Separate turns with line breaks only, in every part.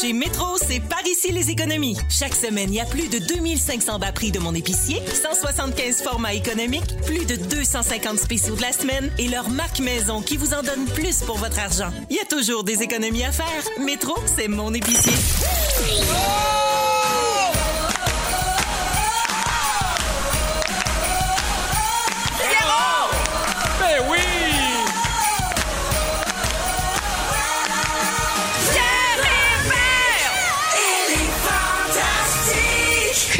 Chez Métro, c'est par ici les économies. Chaque semaine, il y a plus de 2500 bas prix de mon épicier, 175 formats économiques, plus de 250 spéciaux de la semaine et leur marque maison qui vous en donne plus pour votre argent. Il y a toujours des économies à faire. Métro, c'est mon épicier.
Ben oui!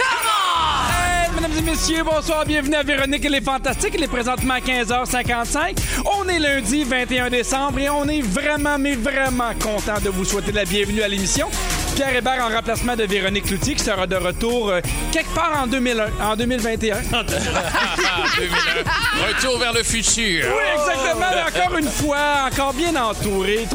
Hey, mesdames et Messieurs, bonsoir, bienvenue à Véronique et les Fantastiques. Il est présentement 15h55. On est lundi 21 décembre et on est vraiment, mais vraiment content de vous souhaiter la bienvenue à l'émission. Pierre Hébert en remplacement de Véronique Cloutier qui sera de retour euh, quelque part en 2001, en 2021.
Retour vers le futur.
Oui, exactement. Mais Encore une fois, encore bien entouré.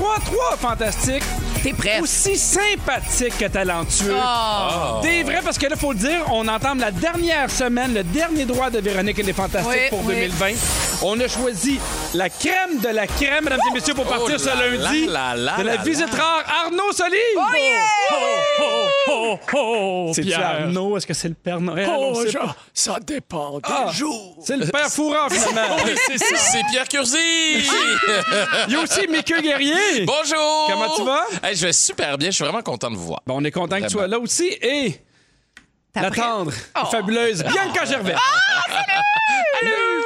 3-3, fantastique.
T'es prêt?
Aussi sympathique que talentueux.
Oh.
Des vrais, parce que là, faut le dire, on entame la dernière semaine, le dernier droit de Véronique et les Fantastiques
Oui,
pour
oui.
2020. On a choisi la crème de la crème, mesdames et messieurs, pour partir ce
Oh là
lundi
là là
de la
là Oh,
visite rare Arnaud Soli.
Oh
C'est-tu Arnaud? Est-ce que c'est le Père
Oh,
Noël? On sait pas.
ça dépend.
Ah, C'est le Père Fourard, finalement.
C'est Pierre Curzi.
Il y a aussi Mickey Guerrier.
Bonjour.
Comment tu vas?
Hey, je vais super bien. Je suis vraiment content de vous voir.
Ben, on est content que tu
Vraiment.
sois là aussi. Et la tendre,
Oh!
la fabuleuse Bianca Gervais.
Ah,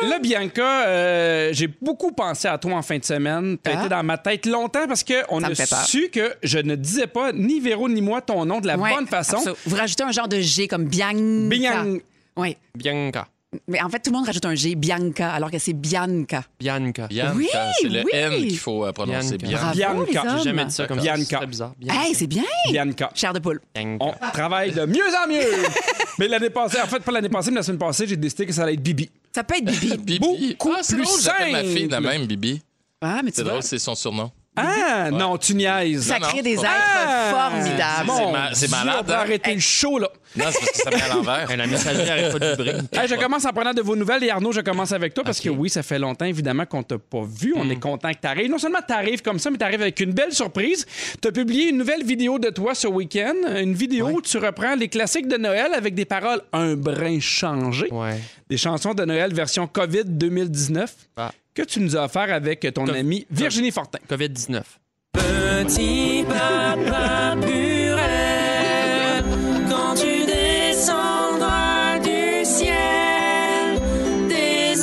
Là, Bianca, euh, j'ai beaucoup pensé à toi en fin de semaine. T'as été dans ma tête longtemps parce qu'on
Hein? Ça
a
me fait peur.
su que je ne disais pas ni Véro ni moi ton nom de la
Ouais,
bonne façon.
absolu- Vous rajoutez un genre de G comme Bianca.
Bian-
Oui.
Bianca.
Mais en fait, tout le monde rajoute un G, Bianca, alors que c'est Bianca.
Bianca.
Bianca,
Oui,
c'est le
oui.
N qu'il faut euh, prononcer
Bianca.
bien.
Bravo,
Bianca.
les
J'ai
hommes.
J'ai jamais dit ça comme ça.
Bianca.
C'est très bizarre. Bianca.
Hey, c'est bien.
Bianca.
Chair de poule.
Bianca.
On travaille de mieux en mieux. mais l'année passée, en fait, pas l'année passée, mais la semaine passée, j'ai décidé que ça allait être Bibi.
Ça peut être Bibi.
Bibi.
Beaucoup
ah, c'est
plus
drôle, j'appelle ma fille de
simple.
même, Bibi.
Ah, mais tu
C'est
vois,
drôle, c'est son surnom.
Ah, non, tu niaises. Ah,
ça
Non, non,
crée des
c'est
êtres
pas
formidables.
C'est
Mon
ma- c'est
Dieu,
malade,
on va
hein?
arrêter le show, là.
Non, c'est parce que ça met à l'envers.
La messagerie n'arrête pas de vibrer.
Hey, je commence en prenant de vos nouvelles et Arnaud, je commence avec toi parce que oui, ça fait longtemps évidemment qu'on t'a pas vu.
Hmm.
On est content que t'arrives. Non seulement t'arrives comme ça, mais t'arrives avec une belle surprise. T'as publié une nouvelle vidéo de toi ce week-end, une vidéo où tu reprends les classiques de Noël avec des paroles un brin changé,
Ouais.
des chansons de Noël version Covid 2019
Ah.
que tu nous as offert avec ton
Co-
amie Virginie Fortin.
COVID-19.
Petit papa purée, quand tu descendras du ciel,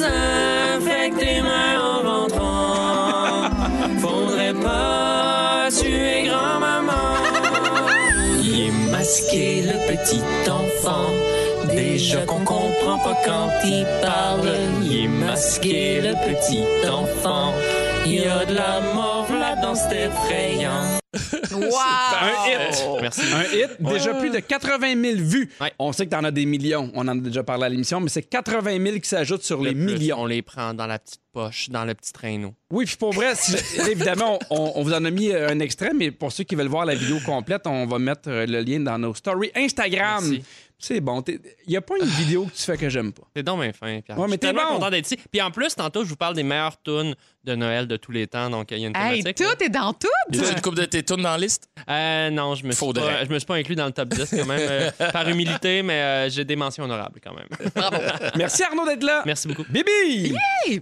désinfecte tes mains en rentrant. Faudrait pas tuer grand-maman. Il est masqué le petit enfant. Déjà qu'on comprend pas quand il parle. Il est masqué le petit enfant. Il y a de la mort là dans cet effrayant.
Un
Wow!
hit!
Merci.
Oh! Un hit, déjà plus de 80 000 vues.
Ouais.
On sait que t'en as des millions, on en a déjà parlé à l'émission, mais c'est 80 000 qui s'ajoutent sur les
Le plus,
millions.
On les prend dans la petite poche, dans le petit traîneau.
Oui, puis pour vrai, si- évidemment, on, on vous en a mis euh, un extrait, mais pour ceux qui veulent voir la vidéo complète, on va mettre euh, le lien dans nos stories Instagram.
Merci.
C'est bon. Il n'y a pas une vidéo que tu fais que j'aime pas.
C'est donc bien fin, Pierre.
Ouais, mais
je suis
t'es
tellement
bon.
content d'être ici. Puis en plus, tantôt, je vous parle des meilleures tunes de Noël de tous les temps. Donc, il y a une
Hey,
thématique. là.
tout est dans tout!
Tu as une coupe de tes tunes dans la liste?
Euh, non, je me, suis
Faudrait.
pas, je me suis pas inclus dans le top 10 quand même, euh, par humilité, mais euh, j'ai des mentions honorables quand même.
Merci Arnaud d'être là.
Merci beaucoup.
Bibi!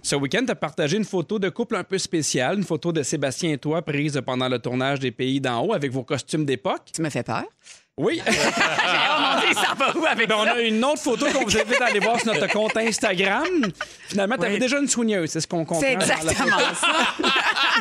Ce week-end, tu as partagé une photo de couple un peu spéciale, une photo de Sébastien et toi prise pendant le tournage des Pays d'en haut avec vos costumes d'époque.
Tu me fais peur.
Oui.
ça va où avec
Ben, on a une autre photo qu'on vous invite à aller voir sur notre compte Instagram. Finalement, tu avais déjà une soigneuse, c'est ce qu'on comprend.
C'est
dans la photo.
exactement ça.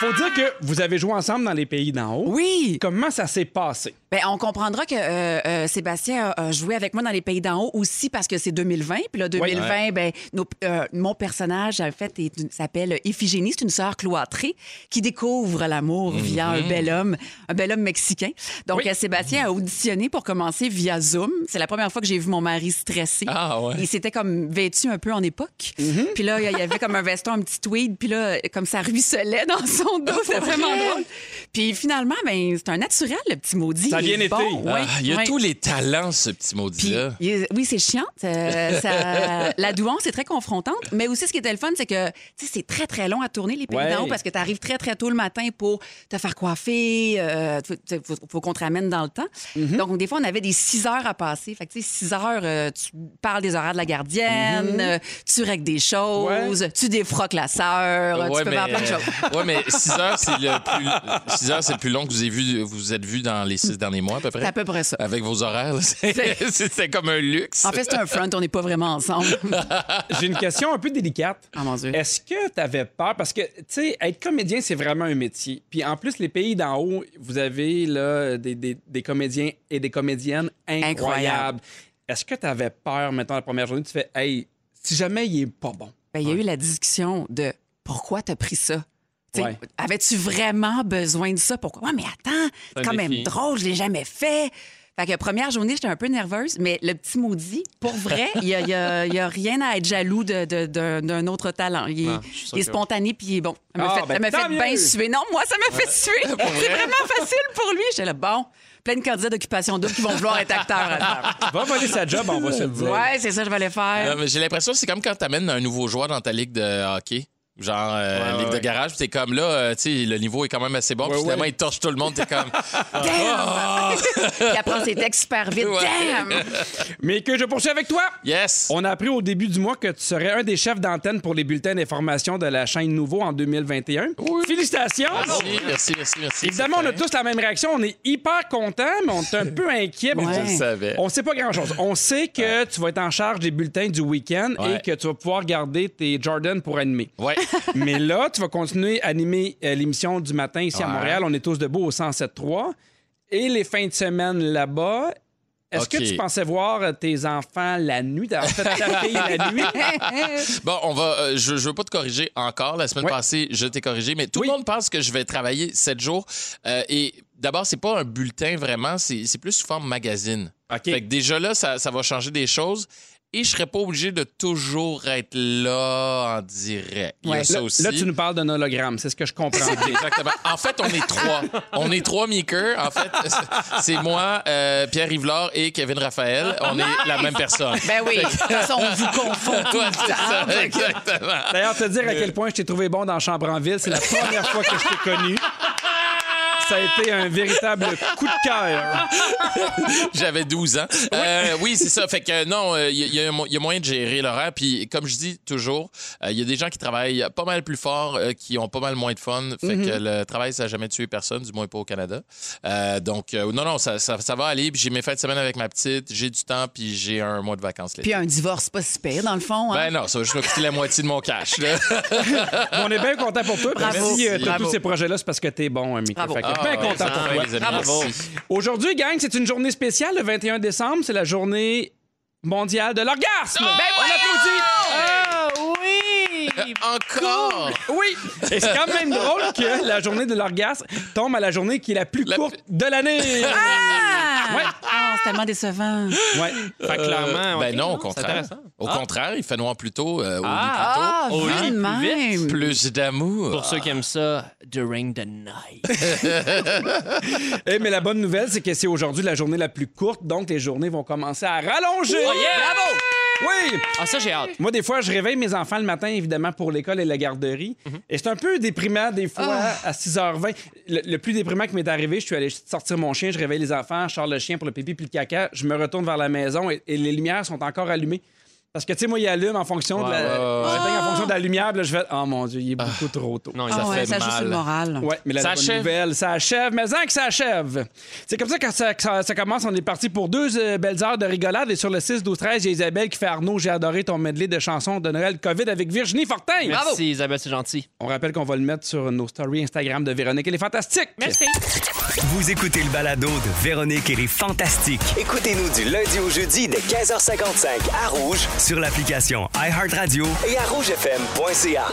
Faut dire que vous avez joué ensemble dans les Pays d'en haut.
Oui!
Comment ça s'est passé?
Ben, on comprendra que euh, euh, Sébastien a, a joué avec moi dans les pays d'en haut aussi parce que c'est 2020. Puis là, 2020, ben, nos- euh, mon personnage, en fait, est une- s'appelle Iphigénie. C'est une sœur cloîtrée qui découvre l'amour
Mhm.
via un bel homme, un bel homme mexicain. Donc, euh, Sébastien a auditionné pour commencer via Zoom. C'est la première fois que j'ai vu mon mari stressé.
Ah, ouais. Mhm.
Il s'était comme vêtu un peu en époque. Puis là, il y avait comme un veston, un petit tweed. Puis là, comme ça ruisselait courait dans son
Ah,
dos. C'était vraiment drôle. Puis finalement, ben, c'est un naturel, le petit maudit.
Ça a
Il est
bien été.
bon,
Ah,
ouais,
il y a
ouais.
tous les talents, ce petit
Puis,
maudit-là.
il est- oui, c'est chiant. euh, ça- la douance est très confrontante. Mais aussi, ce qui était le fun, c'est que tu sais, c'est très, très long à tourner les pays
Ouais.
d'en haut parce que tu arrives très, très tôt le matin pour te faire coiffer. Il faut, faut qu'on te ramène dans le temps. Donc, des fois, on avait des 6 heures à passer. Fait que, tu sais, 6 heures, euh, tu parles des horaires de la gardienne, euh, tu règles des choses, tu défroques la sœur, euh, tu peux faire plein de choses.
ouais, mais 6 heures, c'est le plus, six heures, c'est le plus long que vous avez vu, vous êtes vu dans les six derniers mois, à peu près.
C'est à peu près ça.
Avec vos horaires, là, c'est
C'est-
c'est- c'est comme un luxe.
En fait, c'est un front, on n'est pas vraiment ensemble.
J'ai une question un peu délicate.
Ah, mon Dieu.
Est-ce que tu avais peur? Parce que, tu sais, être comédien, c'est vraiment un métier. Puis en plus, les pays d'en haut, vous avez là, des, des- des comédiens et des comédiennes incroyables.
Incroyable.
Est-ce que tu avais peur, mettons, la première journée, tu fais, hey, si jamais il est pas bon?
Ben, il y a eu la discussion de pourquoi t'as pris ça? T'sais,
Ouais.
Avais-tu vraiment besoin de ça? Pourquoi? Ouais, mais attends, c'est
un
quand même
défi.
drôle, je l'ai jamais fait. Fait que première journée, j'étais un peu nerveuse, mais le petit maudit, pour vrai, il n'y a, il y a- il y a rien à être jaloux de- de- d'un d'un autre talent. Il, est-
Non, je suis sûr
il est
que-
spontané puis il est bon. Ça m'a
Ah,
fait,
ben,
ça m'a
tant
fait bien
mieux.
suer. Non, moi, ça m'a fait suer. C'est vraiment facile pour lui. J'étais là, bon, plein de candidats d'occupation double qui vont vouloir être acteurs. à l'heure.
Va voler sa job, on va se le dire.
Ouais, c'est ça que je vais aller
Euh,
faire.
mais J'ai l'impression que c'est comme quand tu amènes un nouveau joueur dans ta ligue de hockey. Genre, euh,
Ouais,
ligue
ouais,
de garage, puis t'es comme là, euh, tu sais, le niveau est quand même assez bon, puis finalement, il torche tout le monde, t'es comme.
Damn! il apprend ses textes super vite.
Ouais.
Damn!
Mais que je poursuis avec toi!
Yes!
On a appris au début du mois que tu serais un des chefs d'antenne pour les bulletins d'information de la chaîne Nouveau en 2021. Félicitations!
Merci, merci, merci, merci.
Évidemment, on a
Certain.
tous la même réaction. On est hyper content, mais on est un peu inquiet.
Ouais.
On-
Je le savais.
On sait pas grand-chose. On sait que tu vas être en charge des bulletins du week-end
Ouais.
et que tu vas pouvoir garder tes Jordan pour animer.
Ouais.
mais là, tu vas continuer à animer euh, l'émission du matin ici à
Ouais.
Montréal. On est tous debout au 107.3. Et les fins de semaine là-bas... Est-ce
Ok.
que tu pensais voir euh, tes enfants la nuit? En fait, ta fille la nuit?
Bon, on va. euh, je, je veux pas te corriger encore. La semaine
Ouais.
passée, je t'ai corrigé, mais tout
Oui.
le monde pense que je vais travailler sept jours. Euh, et d'abord, c'est pas un bulletin vraiment, c'est c'est plus sous forme magazine.
OK.
Fait que déjà là, ça, ça va changer des choses. Et je serais pas obligé de toujours être là en direct. Il y a
Ouais.
ça
Là-
aussi.
Là, tu nous parles d'un hologramme, c'est ce que je comprends.
Exactement. En fait, on est trois. On est trois Meeker. En fait, c'est moi, euh, Pierre Yvelore et Kevin Raphaël. On est la même personne.
Ben oui, de toute façon, on vous confond tout
Ouais,
le
c'est
temps.
ça, exactement.
D'ailleurs, te
Euh.
dire à quel point je t'ai trouvé bon dans Chambre en ville, c'est la première fois que je t'ai connu. Ça a été un véritable coup de cœur.
J'avais 12 ans. Euh, oui, c'est ça. Fait que euh, non, il y, a- y a mo- y a moyen de gérer l'horaire. Puis comme je dis toujours, il y a des gens qui travaillent pas mal plus fort, euh, qui ont pas mal moins de fun. Fait que
Mm-hmm.
le travail, ça n'a jamais tué personne, du moins pas au Canada. Euh, donc euh, non, non, ça, ça, ça va aller. Puis j'ai mes fêtes de semaine avec ma petite, j'ai du temps, puis j'ai un mois de vacances. l'été.
Puis un divorce, pas si pire, dans le fond.
Ben
Hein?
non, ça va juste me coûter la moitié de mon cash. là.
On est bien content pour toi.
Bravo.
Merci. euh, t'as
Bravo.
tous ces projets-là, c'est parce que t'es bon, Mickey.
Bravo.
Fait que bien
Ah,
Ben,
ouais,
content pour
enfin,
toi.
les amis, merci.
Aujourd'hui, gang, c'est une journée spéciale. Le 21 décembre, c'est la journée mondiale de l'orgasme.
Ben
On applaudit.
Ah oui!
Encore!
Ah, oui. Et c'est quand même drôle que la journée de l'orgasme tombe à la journée qui est la plus
La
courte de l'année.
Ah!
Ouais.
Ah, c'est tellement décevant.
Ouais.
Fait que clairement.
ben
ok,
non, au
c'est
contraire.
intéressant.
Au
Ah.
contraire, il fait noir plus tôt, euh, au
Ah,
lit plus tôt.
vu de même.
Plus d'amour.
Pour ceux qui aiment ça, during the night.
Eh, mais la bonne nouvelle, c'est que c'est aujourd'hui la journée la plus courte, donc les journées vont commencer à rallonger.
Bravo!
Oui!
Ah, ça, j'ai hâte.
Moi, des fois, je réveille mes enfants le matin, évidemment, pour l'école et la garderie. Et c'est un peu déprimant, des fois, à 6h20. Le, le plus déprimant qui m'est arrivé, je suis allé sortir mon chien, je réveille les enfants, je sors le chien pour le pipi puis le caca, je me retourne vers la maison et, et les lumières sont encore allumées. Parce que, tu sais, moi, il allume en fonction de la...
Ouais, ouais, ouais, ouais.
j'éteins en fonction de la lumière, puis là, je fais « Oh mon Dieu, il est beaucoup trop tôt. »
Non,
Ah
ça
ouais,
fait
ça joue
mal.
sur le moral.
Ouais, mais la
Ça
bonne
achève.
nouvelle, ça achève, mais en que ça achève. C'est comme ça que ça, que ça- ça commence. On est parti pour deux euh, belles heures de rigolade. Et sur le 6, 12, 13, il y a Isabelle qui fait Arnaud, j'ai adoré ton medley de chansons de Noël COVID avec Virginie Fortin.
Merci, Isabelle, c'est gentil.
On rappelle qu'on va le mettre sur nos stories Instagram de Véronique. Elle est fantastique.
Vous écoutez le balado de Véronique et les Fantastiques
Écoutez-nous du lundi au jeudi dès 15h55 à Rouge
sur l'application iHeartRadio
et à rougefm.ca.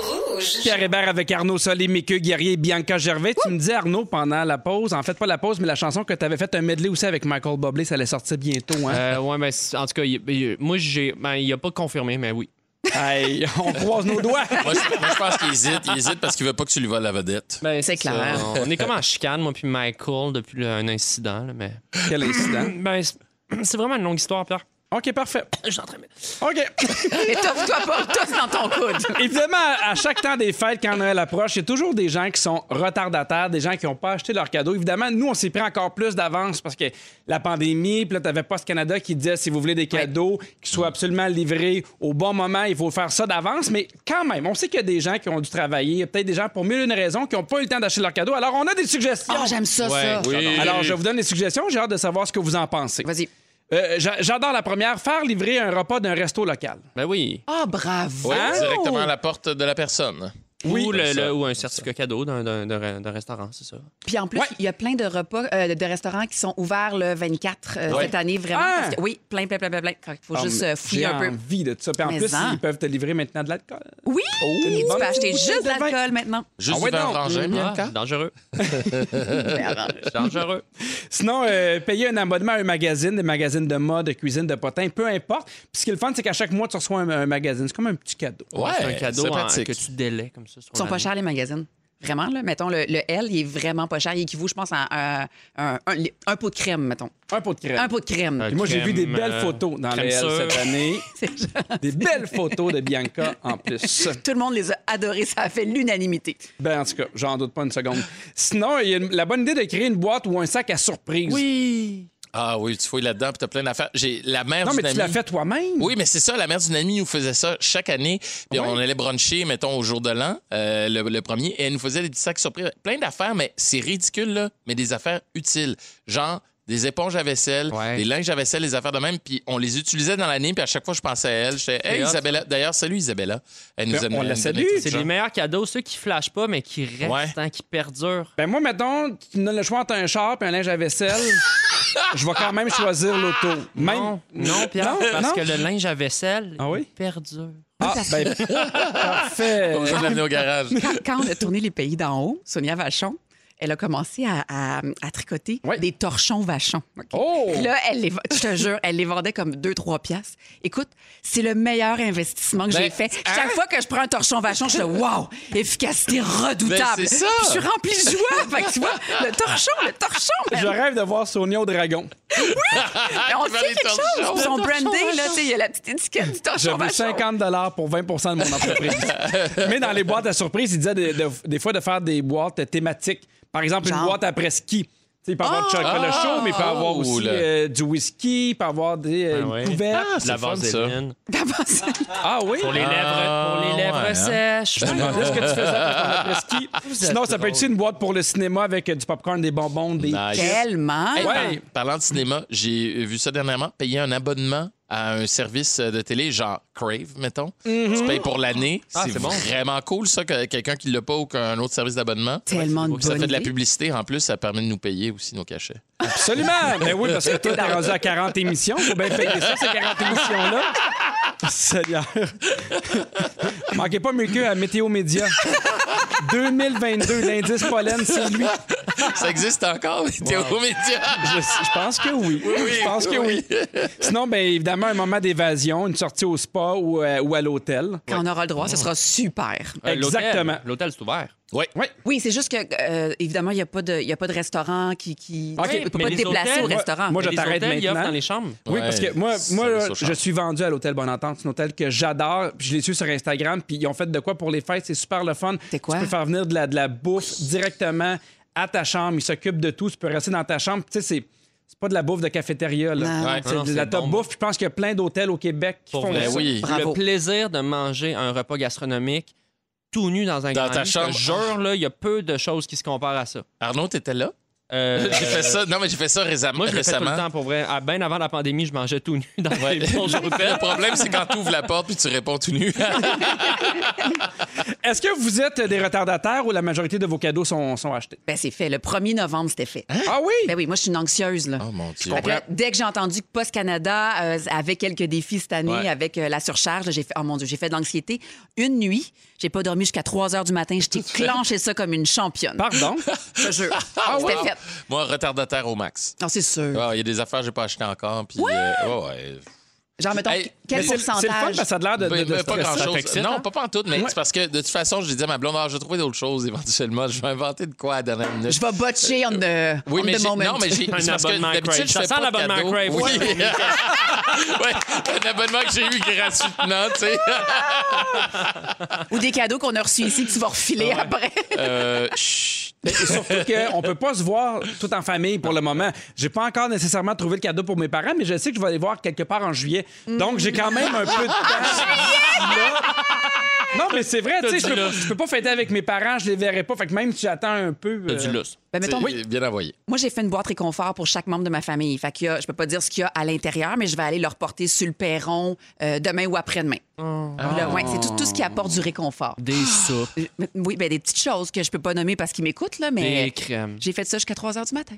Pierre Hébert avec Arnaud Solé, Mickey Guerrier, Bianca Gervais. Tu me dis, Arnaud, pendant la pause, en fait, pas la pause, mais la chanson que tu avais faite un medley aussi avec Michael Bublé, ça allait sortir bientôt. Hein?
Euh, ouais, ben, c'est- en tout cas, il- il- moi, j'ai. Ben, il a pas confirmé, mais oui.
Hey, on croise nos doigts.
Moi, je, moi, je pense qu'il hésite. Il hésite parce qu'il veut pas que tu lui voles la vedette.
Ben,
C'est
ça.
clair.
On on est comme en chicane, moi puis Michael, depuis le- un incident. là, mais...
Quel incident.
Ben, c'est- c'est vraiment une longue histoire, Pierre.
OK, parfait.
Je suis en train de-
OK.
Étoffe-toi pas, tous dans ton coude.
Évidemment, à à chaque temps des fêtes, quand Noël approche, il y a toujours des gens qui sont retardataires, des gens qui n'ont pas acheté leur cadeau. Évidemment, nous, on s'est pris encore plus d'avance parce que la pandémie, puis là, t'avais Post Canada qui disait si vous voulez des cadeaux qui soient absolument livrés au bon moment, il faut faire ça d'avance. Mais quand même, on sait qu'il y a des gens qui ont dû travailler, il y a peut-être des gens pour mille et une raisons qui n'ont pas eu le temps d'acheter leur cadeau. Alors, on a des suggestions.
Oh, j'aime ça, ça.
Oui.
Alors, je vous donne des suggestions. J'ai hâte de savoir ce que vous en pensez.
Vas-y.
Euh, j'a- J'adore la première, faire livrer un repas d'un resto local.
Ben oui.
Ah, bravo.
Oui,
hein?
directement à la porte de la personne.
ou, le-
ça.
le- ou un certificat cadeau d'un- d'un d'un- d'un restaurant, c'est ça.
Puis en plus,
Ouais.
il y a plein de repas, euh, de restaurants qui sont ouverts le 24 euh,
Ouais.
cette année, vraiment.
Ah!
parce que- oui, plein, plein, plein, plein, plein. Il faut juste euh, fouiller
J'ai
un peu.
envie de ça. Puis en
Mais hein?
plus,
en.
ils peuvent te livrer maintenant de l'alcool.
Oui! tu
bonne
peux
bouteille
acheter juste
de
de
vin.
l'alcool maintenant.
Juste
Ah ouais,
du vin
donc.
orangé,
Mmh.
Bianca.
Ah, dangereux. dangereux.
Sinon, euh, payer un abonnement à un magazine, des magazines de mode, de cuisine, de potins, peu importe. Puis ce qui est le fun, c'est qu'à chaque mois, tu reçois un, un magazine. C'est comme un petit cadeau.
Ouais,
c'est un cadeau
c'est
en-
pratique.
que tu délais comme ça. Sur
Ils sont pas
l'année.
chers, les magazines. Vraiment, là. Mettons, le, le L, il est vraiment pas cher. Il équivaut, je pense, à un, un- un- un pot de crème, mettons.
Un pot de crème.
Un pot de crème.
Un
Puis moi, j'ai vu des
crème,
belles
euh,
photos dans
crème
les L
sûre.
cette année. des belles photos de Bianca en plus.
Tout le monde les a adorés. Ça a fait l'unanimité.
Ben, en tout cas, j'en doute pas une seconde. Sinon, il y a une- la bonne idée de créer une boîte ou un sac à surprise.
Oui.
Ah oui, tu fouilles là-dedans, puis t'as plein d'affaires. J'ai la mère
Non, mais
d'une
tu
amie-
l'as fait toi-même.
Oui, mais c'est ça, la mère d'une amie nous faisait ça chaque année. Puis on allait bruncher, mettons, au jour de l'an, euh, le, le premier, et elle nous faisait des petits sacs surprises. Plein d'affaires, mais c'est ridicule, là, mais des affaires utiles. Genre des éponges à vaisselle,
Ouais.
des linges à vaisselle, des affaires de même. Puis on les utilisait dans l'année, puis à chaque fois, je pensais à elle. J'étais, hey,
C'est hot,
Isabella. D'ailleurs, salut Isabella. Elle nous
Ben,
aime
on la salue.
C'est les meilleurs cadeaux, ceux qui flashent pas, mais qui restent,
Ouais.
hein, qui perdurent.
Ben moi, mettons, tu me donnes le choix entre un char et un linge à vaisselle. je vais quand même choisir l'auto. Même...
Non, non, Pierre,
Non,
parce
non.
que le linge à vaisselle
Ah oui?
il perdure.
Ah, ben, parfait.
Je vais l'amener au garage.
Quand, quand on a tourné Les Pays d'en haut, Sonia Vachon, elle a commencé à, à- à tricoter
Ouais.
des torchons Vachon. OK?
Oh!
Puis Là, elle les, je te jure, elle les vendait comme 2-3 piastres. Écoute, c'est le meilleur investissement que
Ben,
j'ai fait.
hein?
Chaque fois que je prends un torchon Vachon, je suis là, wow, efficacité redoutable.
Ben, c'est ça!
Puis je suis remplie de joie. Fait que tu vois, le torchon, le torchon, man.
Je rêve de voir Sonia au dragon.
Mais on
Ah, Tu vas
sait
les
quelque
torchons.
chose. Son branding, là, tu sais, il y a la petite étiquette du
Je veux
torchon Vachon.
50 pour 20 de mon entreprise. Mais dans les boîtes à surprise, ils disaient de- de- des fois de faire des boîtes thématiques. Par exemple, une
Genre?
boîte après ski. Tu sais, il peut avoir du chocolat
Ah!
chaud, mais il peut avoir
Oh,
aussi
là.
euh, du whisky, il peut avoir des, euh,
Ah
une
ouais.
couverte.
Ah, c'est
La
fun, ça.
vaseline.
D'abord, ça-
Ah oui?
Pour les lèvres,
Ah,
pour les lèvres
ouais, hein.
sèches.
Je me demandais Ah, ce que tu faisais quand on a presque-
êtes
Sinon, ça peut être
drôle.
une boîte pour le cinéma avec euh, du popcorn, des bonbons, des.
Nice.
Tellement.
Hey,
Ouais.
par- Parlant de cinéma, j'ai vu ça dernièrement, payer un abonnement à un service de télé, genre Crave, mettons.
Mhm.
Tu payes pour l'année.
Ah,
c'est vraiment cool, ça, que quelqu'un qui l'a pas ou qu'un autre service d'abonnement.
Tellement de
Puis Ça
bonnes
fait de la
idées.
publicité. En plus, ça permet de nous payer aussi nos cachets.
Absolument! Ben oui, parce que toi, t'es rendu à 40 émissions. Faut bien payer ça, ces 40 émissions-là. Seigneur. Manquez pas mieux que à Météo Média. 2022, l'indice pollen, c'est lui.
ça existe encore, t'es au média.
Je, je pense que oui.
oui,
je pense que oui. Sinon, bien évidemment, un moment d'évasion, une sortie au spa ou, euh, ou à l'hôtel.
Quand on aura le droit, ce sera super.
Euh, l'hôtel.
Exactement.
L'hôtel, c'est ouvert.
Oui.
Oui, c'est juste que, euh, évidemment, il n'y a, pas de- il y a pas de restaurant qui. qui
Ok,
tu ne peux
mais
pas te
les
déplacer
hôtels,
au
moi-
restaurant.
moi, je
Les
t'arrête
hôtels, ils offrent
maintenant.
dans les chambres.
Oui,
Ouais,
parce que moi,
ça
moi
va
là,
sur
je
Charles.
suis vendu à l'hôtel Bonne Entente. C'est un hôtel que j'adore. Puis je l'ai su sur Instagram. Puis ils ont fait de quoi pour les fêtes. C'est super le fun.
C'est quoi?
Tu peux faire venir de la, de la bouffe directement à ta chambre. Ils s'occupent de tout. Tu peux rester dans ta chambre. Tu sais, c'est. C'est pas de la bouffe de cafétéria, là.
Non.
Ouais.
C'est
Non,
de la
c'est
top
bon.
bouffe. Je pense qu'il y a plein d'hôtels au Québec qui
Pour
font
vrai,
ça.
Ben oui.
Bravo.
Le plaisir de manger un repas gastronomique tout nu dans un
Dans
grand
ta
lit,
chambre.
Je te jure, là, il y a peu de choses qui se comparent à ça.
Arnaud, t'étais là?
Euh,
J'ai fait ça. Non, mais j'ai fait ça récemment.
Moi, je le fais tout
récemment.
le temps, pour vrai. Ah, ben avant la pandémie, je mangeais tout nu dans
Ouais.
les bons hôtels.
Le problème, c'est quand tu ouvres la porte puis tu réponds tout nu.
Est-ce que vous êtes des retardataires ou la majorité de vos cadeaux sont, sont achetés?
Ben, c'est fait. Le 1er novembre, c'était fait.
Ah oui?
Ben oui, moi, je suis une anxieuse, là.
Hein? oh mon Dieu.
Fait que là, dès que j'ai entendu que Post Canada euh, avait quelques défis cette année
Ouais.
avec euh, la surcharge, là, j'ai fait, oh mon Dieu, j'ai fait de l'anxiété. Une nuit, j'ai pas dormi jusqu'à 3 heures du matin. Je t'ai clenché ça comme une championne.
Pardon?
Je te jure.
Ah. Wow.
Ah,
C'était fait.
Moi, retardataire au max.
Non, c'est sûr.
Ah, Il y a des affaires que j'ai pas achetées encore. Puis, euh, ouais, ouais.
Genre, mettons,
Hey,
quel
mais
C'est
c'est-
le fun
pourcentage?
parce que ça a l'air de, de, de
Ben, ben, pas
stresser.
grand
Ça
chose.
fait que c'est,
non,
hein?
pas, pas en tout, mais
Ouais.
c'est parce que de toute façon, je disais à ma blonde, ah, je vais trouver d'autres choses éventuellement. Je vais inventer de quoi à la dernière minute.
Je vais botcher on the,
Euh, Oui,
on
mais
the
j'ai-
moment.
non, mais j'ai
Un
c'est parce que
abonnement
d'habitude
Crave.
je
Ça
fais
sent
pas de
l'abonnement
cadeaux.
Crave,
Oui.
ouais.
ouais, un abonnement que j'ai eu gratuitement, tu sais.
Ou des cadeaux qu'on a reçus ici que tu vas refiler
Ah
après.
Euh, chut.
Mais surtout qu'on peut pas se voir tout en famille pour le moment. J'ai pas encore nécessairement trouvé le cadeau pour mes parents, mais je sais que je vais aller voir quelque part en juillet. Donc, j'ai quand même un peu de temps. là. Non, mais c'est vrai, tu sais, je peux, pas- je peux pas fêter avec mes parents, je les verrai pas. Fait que même si j'attends un peu.
T'as
euh,
du lousse.
Ben, mettons,
C'est Bien envoyé.
moi, j'ai fait une boîte réconfort pour chaque membre de ma famille. Fait qu'il y a, je peux pas dire ce qu'il y a à l'intérieur, mais je vais aller leur porter sur le perron euh, demain ou après-demain. Là, ouais, c'est tout, tout ce qui apporte du réconfort.
Des soupes.
Euh, mais- Oui, ben, des petites choses que je peux pas nommer parce qu'ils m'écoutent, là,
Des
mais
crèmes.
j'ai fait ça jusqu'à 3 h du matin.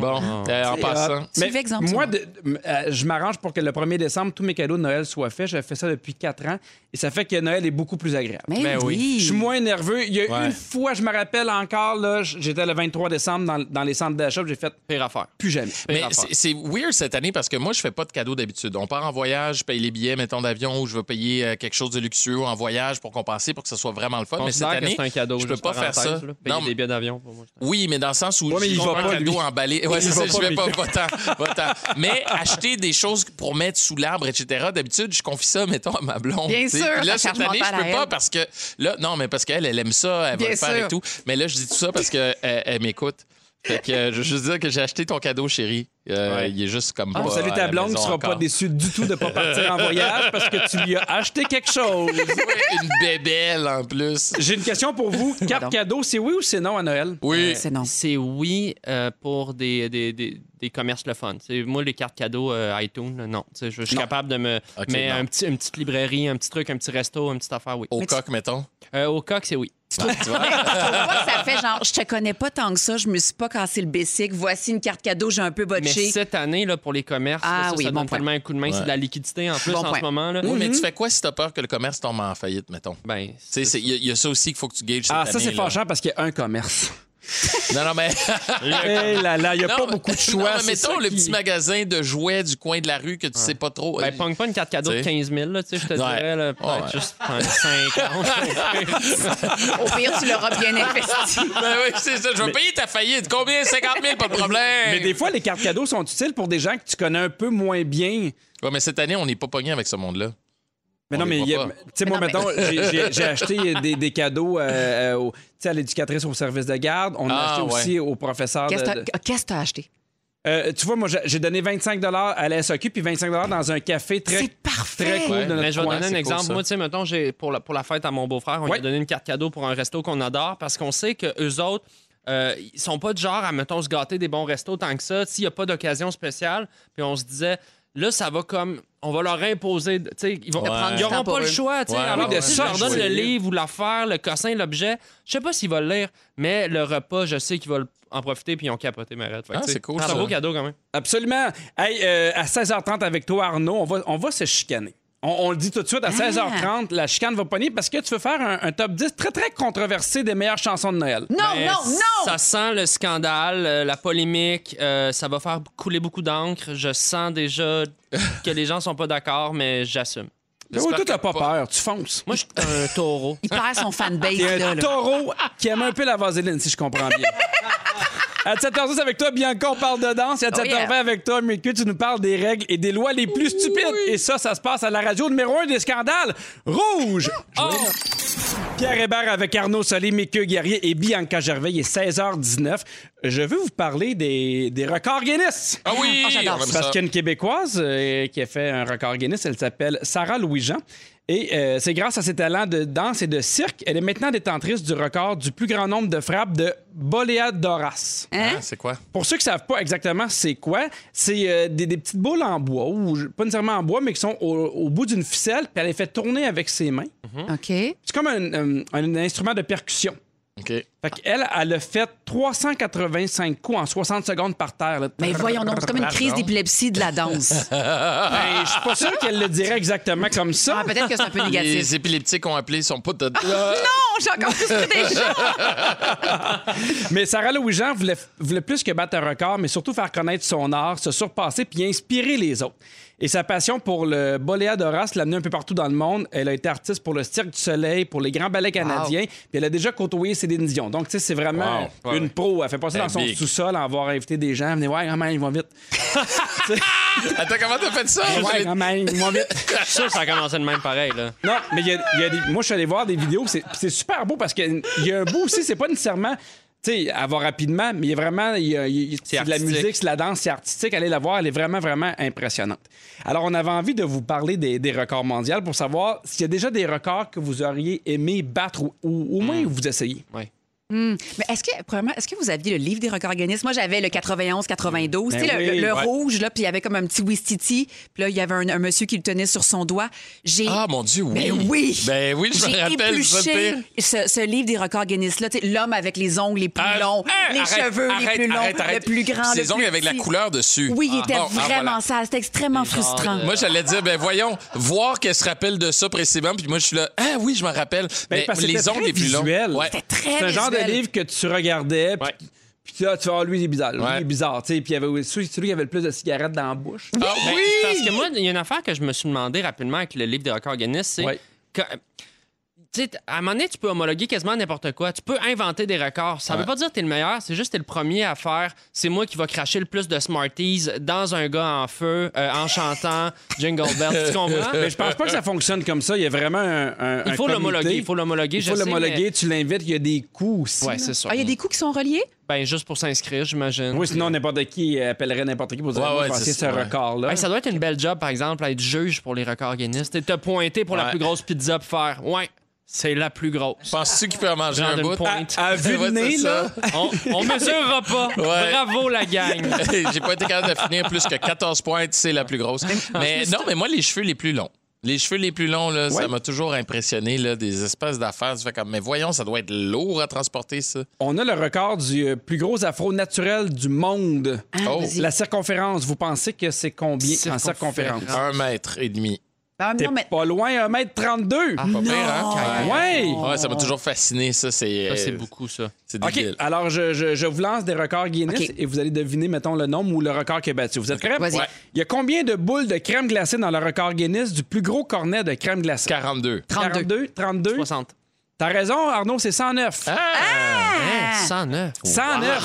Bon, euh, en passant.
Tu fais exemple,
moi,
ça.
de- m- euh, je m'arrange pour que le 1er décembre, tous mes cadeaux de Noël soient faits. J'ai fait ça depuis 4 ans et ça fait que Noël est beaucoup plus agréable.
Mais
Ben oui.
oui.
Je suis moins nerveux. Il y a
Ouais.
une fois, je me rappelle encore, là, j- j'étais le 23 décembre dans, dans les centres d'achat, j'ai fait
Pire affaire.
plus jamais.
Mais
Pire affaire.
c'est c'est weird cette année parce que moi, je fais pas de cadeaux d'habitude. On part en voyage, je paye les billets, mettons, d'avion ou je veux payer euh, quelque chose de luxueux en voyage pour compenser pour que ce soit vraiment le fun. Mais cette
Considère que
année,
c'est un cadeau.
je peux
juste
pas faire
parenthèse,
ça.
là. Payer
Non,
des billets d'avion pour moi.
Oui, mais dans le sens où
Ouais, mais
je
il
vais
va
un
pas,
cadeau
lui.
emballé. Ouais,
Il
c'est
va
ça,
pas,
je vais
lui.
pas, pas tant, pas tant. Mais acheter des choses pour mettre sous l'arbre, etc. D'habitude, je confie ça, mettons, à ma blonde.
Bien
t'sais.
sûr,
Puis là,
ta
cette
charge
année, je
mentale
peux
à
pas
elle.
parce que. Là, non, mais parce qu'elle, elle aime ça, elle va
Bien
le faire
sûr.
et tout. Mais là, je dis tout ça parce qu'elle elle m'écoute. Fait que euh, je veux juste dire que j'ai acheté ton cadeau, chérie. Euh,
Ouais.
Il est juste comme
On
pas
salue
à
Ah, ta
la
blonde,
maison
tu seras pas
encore.
déçu du tout de pas partir en voyage parce que tu lui as acheté quelque chose.
Une bébelle en plus.
J'ai une question pour vous. Carte
Pardon.
cadeau, c'est oui ou c'est non à Noël?
Oui.
Euh, C'est non.
C'est oui euh, pour des, des, des, des commerces le fun. C'est- moi, les cartes cadeaux euh, iTunes, là, non. Tu sais, Je, je suis capable de me.
Ok,
mais
non. Oh.
un petit, une petite librairie, un petit truc, un petit resto, une petite affaire, oui.
Au
Mais tu-
coq, mettons.
Euh, au coq, c'est oui.
Pourquoi ça fait genre, je te connais pas tant que ça, je me suis pas cassé le bessic, voici une carte cadeau, j'ai un peu
Mais
botché.
cette année, là, pour les commerces,
Ah
là, ça,
oui,
ça
bon
donne
point.
tellement un coup de main. C'est de la liquidité en plus
Bon
en
point.
ce moment. Là.
Oui,
Mm-hmm.
mais tu fais quoi si t'as peur que le commerce tombe en faillite, mettons?
Ben,
Tu sais, c'est- Il y, a- il y a ça aussi qu'il faut que tu gages cette
Ah, ça, c'est
année, là.
fâchant parce qu'il y a un commerce.
Non, non, mais.
Hé là là, il n'y a pas
mais-
beaucoup de
non,
choix.
mais
c'est
mettons
ça
le
qui-
petit magasin de jouets du coin de la rue que tu sais pas trop.
Ben, pogne pas une carte cadeau de
Tu sais.
15 000, là, tu sais, je te
Ouais.
dirais, là, peut-être
Ouais.
juste un 50.
Au pire, tu l'auras bien investi.
Ben oui, c'est ça. Je vais payer ta faillite. Combien? 50 000, pas de problème.
Mais des fois, les cartes cadeaux sont utiles pour des gens que tu connais un peu moins bien.
Ouais, mais cette année, on n'est pas pogné avec ce monde-là.
Mais non,
On les
mais
voit
il y
pas.
a- tu sais, moi,
Mais non,
mettons, j'ai- j'ai- j'ai acheté des, des cadeaux euh, euh, au- tu sais, à l'éducatrice au service de garde. On
Ah,
a acheté
ouais.
aussi au professeur. de-
Qu'est-ce que
de-
t'as- qu'est-ce que t'as acheté?
Euh, tu vois, moi, j'ai- j'ai donné 25 à la SAQ puis 25 dans un café très,
C'est parfait.
très cool
Ouais,
de notre
Mais je vais
coin.
donner un
c'est
exemple.
cool, ça.
Moi, tu sais, mettons, j'ai- pour la, pour la fête à mon beau-frère, on lui
Ouais.
a donné une carte cadeau pour un resto qu'on adore parce qu'on sait que eux autres, euh, ils sont pas du genre à, mettons, se gâter des bons restos tant que ça. S'il n'y a pas d'occasion spéciale, puis on se disait, là, ça va comme. On va leur imposer. de- Tu sais, ils vont.
De prendre
Ils
du temps
n'auront
pour
pas le
eux.
choix, tu sais.
Ouais,
alors, euh,
ouais,
si
ouais.
je leur donne
Jouer.
le livre ou l'affaire, le cossin, l'objet, je sais pas s'ils vont le lire, mais le repas, je sais qu'ils vont en profiter puis ils ont capoté ma raide. Fait que,
Ah,
tu sais,
c'est cool,
C'est
ça.
un beau cadeau quand même.
Absolument. Hey, euh, à 16h30 avec toi, Arnaud, on va, on va se chicaner. On, on le dit tout de
Ah.
suite, à 16h30, la chicane va pogner parce que tu veux faire un, un top 10 très, très controversé des meilleures chansons de Noël.
Non,
Mais
non, non!
Ça sent le scandale, euh, la polémique, euh, ça va faire couler beaucoup d'encre. Je sens déjà que les gens sont pas d'accord, mais j'assume.
Mais oui, Oh, toi, t'as pas peur, tu fonces.
Moi, je suis un taureau.
Il perd son fanbase,
T'es
là.
un
là.
taureau qui aime un peu la vaseline, si je comprends bien. À 7h10 avec toi, Bianca, on parle de danse. Et à 7h20
Oh, yeah.
avec toi, Mickey, tu nous parles des règles et des lois les plus stupides. Et ça, ça se passe à la radio numéro 1 des scandales. Rouge! Ah! Pierre Hébert avec Arnaud Solé, Mickey Guerrier et Bianca Gervais. Il est 16h19. Je veux vous parler des, des records Guinness.
Ah oui!
Ah, j'adore.
on aime
Parce
ça.
qu'il y a une Québécoise euh, qui a fait un record Guinness, elle s'appelle Sarah Louis-Jean. Et euh, c'est grâce à ses talents de danse et de cirque, elle est maintenant détentrice du record du plus grand nombre de frappes de Boleadoras.
Hein?
Ah, c'est quoi?
Pour ceux qui savent pas exactement c'est quoi, c'est euh, des, des petites boules en bois, ou je- pas nécessairement en bois, mais qui sont au, au bout d'une ficelle, puis elle les fait tourner avec ses mains.
OK.
C'est comme un, euh, un instrument de percussion.
OK.
Fait qu'elle, elle a fait 385 coups en 60 secondes par terre. là.
Mais voyons donc, c'est comme une crise d'épilepsie de la danse.
Ben, je suis pas sûr qu'elle le dirait exactement comme ça.
Ah, peut-être que c'est un peu négatif. Ah!
Les épileptiques ont appelé, ils sont pas de
Non, j'ai encore plus pris des gens.
Mais Sarah Louis-Jean voulait, voulait plus que battre un record, mais surtout faire connaître son art, se surpasser puis inspirer les autres. Et sa passion pour le boléa d'Horace l'a amenée un peu partout dans le monde. Elle a été artiste pour le Cirque du Soleil, pour les grands ballets canadiens, puis elle a déjà côtoyé Céline Dion. Donc, tu sais, c'est vraiment
Wow. Ouais,
une
ouais.
pro. Elle fait passer
Elle
dans son
big.
sous-sol, en voir inviter des gens, venez voir, comment ils vont vite.
Attends, comment t'as fait
Ah,
ça?
Ouais, comment ils vont vite.
Je suis sûr que ça a commencé de même pareil, là.
Non, mais il y a, il y a des- moi, je suis allé voir des vidéos, c'est c'est super beau parce qu'il y a un bout aussi, c'est pas nécessairement. Tu sais, elle va rapidement, mais il y a vraiment. il y a- il y a-
C'est
c'est de la
artistique.
musique, c'est de la danse, c'est artistique. Allez la voir, elle est vraiment, vraiment impressionnante. Alors, on avait envie de vous parler des, des records mondiaux pour savoir s'il y a déjà des records que vous auriez aimé battre ou, ou au
Hmm.
moins vous essayez.
Mais est-ce que, premièrement, est-ce que vous aviez le livre des records Guinness? Moi, j'avais le 91-92,
Ben
tu sais, le-
oui,
le, le
ouais.
rouge, là, puis il y avait comme un petit whistiti, puis là, il y avait un, un monsieur qui le tenait sur son doigt. J'ai.
Ah, mon Dieu, oui.
Ben oui!
Ben oui, je me
J'ai
rappelle ça,
épluché
pire.
ce, ce livre des records Guinness-là, tu sais, l'homme avec les ongles les plus
Ah,
longs,
hein,
les
arrête,
cheveux
arrête,
les plus longs,
arrête, arrête.
le plus grand,
Puis
le
ses ongles
plus
avec la
petit.
couleur dessus.
Oui, il
Ah,
était
bon, ah,
vraiment
voilà.
sale, c'était extrêmement frustrant.
Moi, j'allais dire, ben voyons, voir qu'elle se rappelle de ça précisément, puis moi, je suis là, ah oui, je m'en rappelle. mais
Ben, parce que
les
c'était
ongles
très
les plus longs.
visuel.
Ouais.
C'était très
C'est un genre de
visuel.
livre que tu regardais, puis
Ouais.
puis tu, ah, tu vois, lui, il est bizarre. Lui,
Ouais.
il est bizarre, tu sais. Puis il y avait celui celui qui avait le plus de cigarettes dans la bouche.
Ah
Ben,
oui!
c'est Parce que moi, il y a une affaire que je me suis demandé rapidement avec le livre des records Guinness, c'est
Ouais.
que- euh, tu sais, à un moment donné, tu peux homologuer quasiment n'importe quoi. Tu peux inventer des records. Ça veut pas dire que t'es le meilleur, c'est juste que t'es le premier à faire. C'est moi qui va cracher le plus de Smarties dans un gars en feu, euh, en chantant Jingle Bells. Tu comprends?
Mais je pense pas que ça fonctionne comme ça. Il y a vraiment un. un-
Euh, Il
un
faut
comité.
l'homologuer, il faut l'homologuer,
Il
je
faut
sais,
l'homologuer, tu l'invites, il y a des coûts aussi.
Ouais, c'est ça.
Ah, il y a des coups qui sont reliés?
Ben, juste pour s'inscrire, j'imagine.
Oui, sinon n'importe qui euh, appellerait n'importe qui pour dire
Ouais,
Moi,
ouais,
je vais
c'est
essayer ce
ça, ouais.
record-là.
Hey, ça doit être une belle job, par exemple, à être juge pour les records Guinness. T'es- T'as pointé pour la
Ouais.
plus grosse pizza pour faire. Ouais, c'est la plus grosse.
Penses-tu qu'il peut en manger
Genre
un
d'une
bout? Ah,
pointe.
à vue de
Ouais, c'est
nez,
ça.
là.
On, on mesurera pas.
Ouais.
Bravo, la gang.
J'ai pas été capable de finir plus que 14 pointes, c'est la plus grosse. Mais non, mais moi, les cheveux les plus longs. Les cheveux les plus longs, là,
Ouais.
ça m'a toujours impressionné, là, des espèces d'affaires. Tu fais comme, mais voyons, ça doit être lourd à transporter, ça.
On a le record du euh, plus gros afro naturel du monde.
Ah,
Oh.
vas-y.
La circonférence, vous pensez que c'est combien en circonférence?
Circonférence.
Un mètre et demi.
Ah,
T'es
non, mais-
pas loin, 1m32.
Pas pire, hein?
Ouais.
Ouais, ça m'a toujours fasciné, ça. C'est
Ça, c'est
euh,
beaucoup, ça.
C'est
OK,
débile.
alors je, je- je vous lance des records Guinness
OK.
et vous allez deviner, mettons, le nombre ou le record qui a battu. Vous êtes prêts?
Vas-y.
Ouais. Il y a combien de boules de crème glacée dans le record Guinness du plus gros cornet de crème glacée?
42.
32.
42. 32.
60.
T'as raison, Arnaud, c'est 109.
Ah!
Ah!
Hein, 109.
109,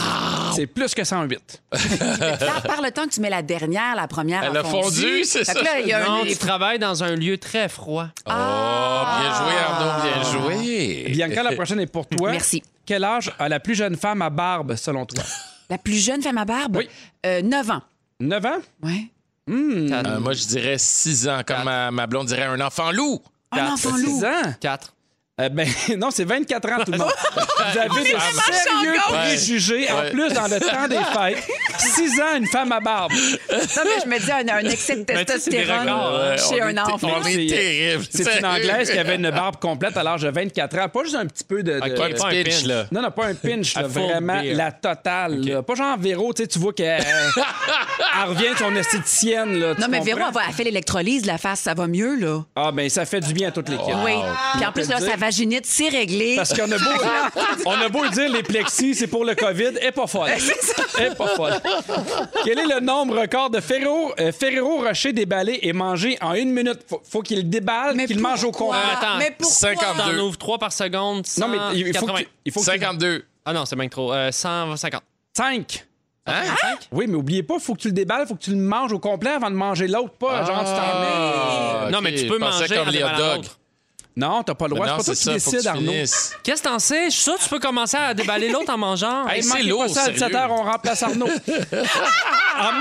c'est plus que 108.
Là, par le temps que tu mets la dernière, la première.
Elle
a
a fondu, c'est
Fait que
ça.
là, il y a un-
Non, tu travailles dans un lieu très froid. Ah.
Oh, bien joué, Arnaud, bien joué.
Bianca, la prochaine est pour toi.
Merci.
Quel âge a la plus jeune femme à barbe, selon toi?
La plus jeune femme à barbe?
Oui.
Euh, 9 ans.
9 ans?
Ouais.
Euh, moi, je dirais 6 ans, comme ma, ma blonde dirait un enfant loup.
Un enfant loup.
6 ans?
4.
Euh, ben non, c'est 24 ans, tout le monde. Vous avez de sérieux
changant.
préjugés. En
Ouais.
plus, dans le temps des fêtes, 6 ans, une femme à barbe.
Non, mais je me dis, un, un excès de
Mais tu sais, c'est des
testostérone
records, hein.
chez un enfant.
On
C'est-
est terrible.
C'est une Anglaise qui avait une barbe complète à l'âge de 24 ans. Pas juste Euh, un petit peu de... de-
Ok,
Pas un
Pas un
petit pitch,
pinch.
là.
Non, non, pas un pinch, là,
À full
vraiment
beer.
la totale. là. Pas genre Véro, tu sais, tu vois qu'elle elle revient de son esthéticienne. Là, tu
Non, mais Véro,
comprends?
elle, va- elle fait l'électrolyse de la face, ça va mieux, là.
Ah, ben ça fait du bien à toute l'équipe.
Oui. Puis en
On peut
plus,
le
là,
dire.
sa vaginite, c'est réglé.
Parce qu'on a beau, on a beau le dire, les plexis, c'est pour le COVID, et pas folle. Et pas folle. Quel est le nombre record de Ferrero, euh, Ferrero Rocher déballé et mangé en une minute? Faut, faut qu'il le déballe, qu'il le mange au complet.
Ah, attends.
Mais pourquoi?
50.
T'en
Deux.
ouvres 3 par seconde.
Non, mais il il faut
180.
que, il faut que
52.
Ah non, c'est bien que trop. Euh, 150.
5.
Hein?
Oui, mais oubliez pas, faut que tu le déballes, faut que tu le manges au complet avant de manger l'autre, pas genre tu t'en mets.
Ah,
Non,
ok,
mais tu
je
peux
pensais
manger
comme
en
les hot
déballant
dogs.
l'autre.
Non, t'as pas le
Mais
droit,
Non,
c'est pas
c'est
toi
ça,
qui
faut que
décides,
tu
Arnaud.
finisses.
Qu'est-ce que t'en sais? Je suis sûr que tu peux commencer à déballer l'autre en mangeant.
Hey,
Et
c'est
manquez
lourd,
pas ça à 17
sérieux.
heures, on remplace Arnaud. en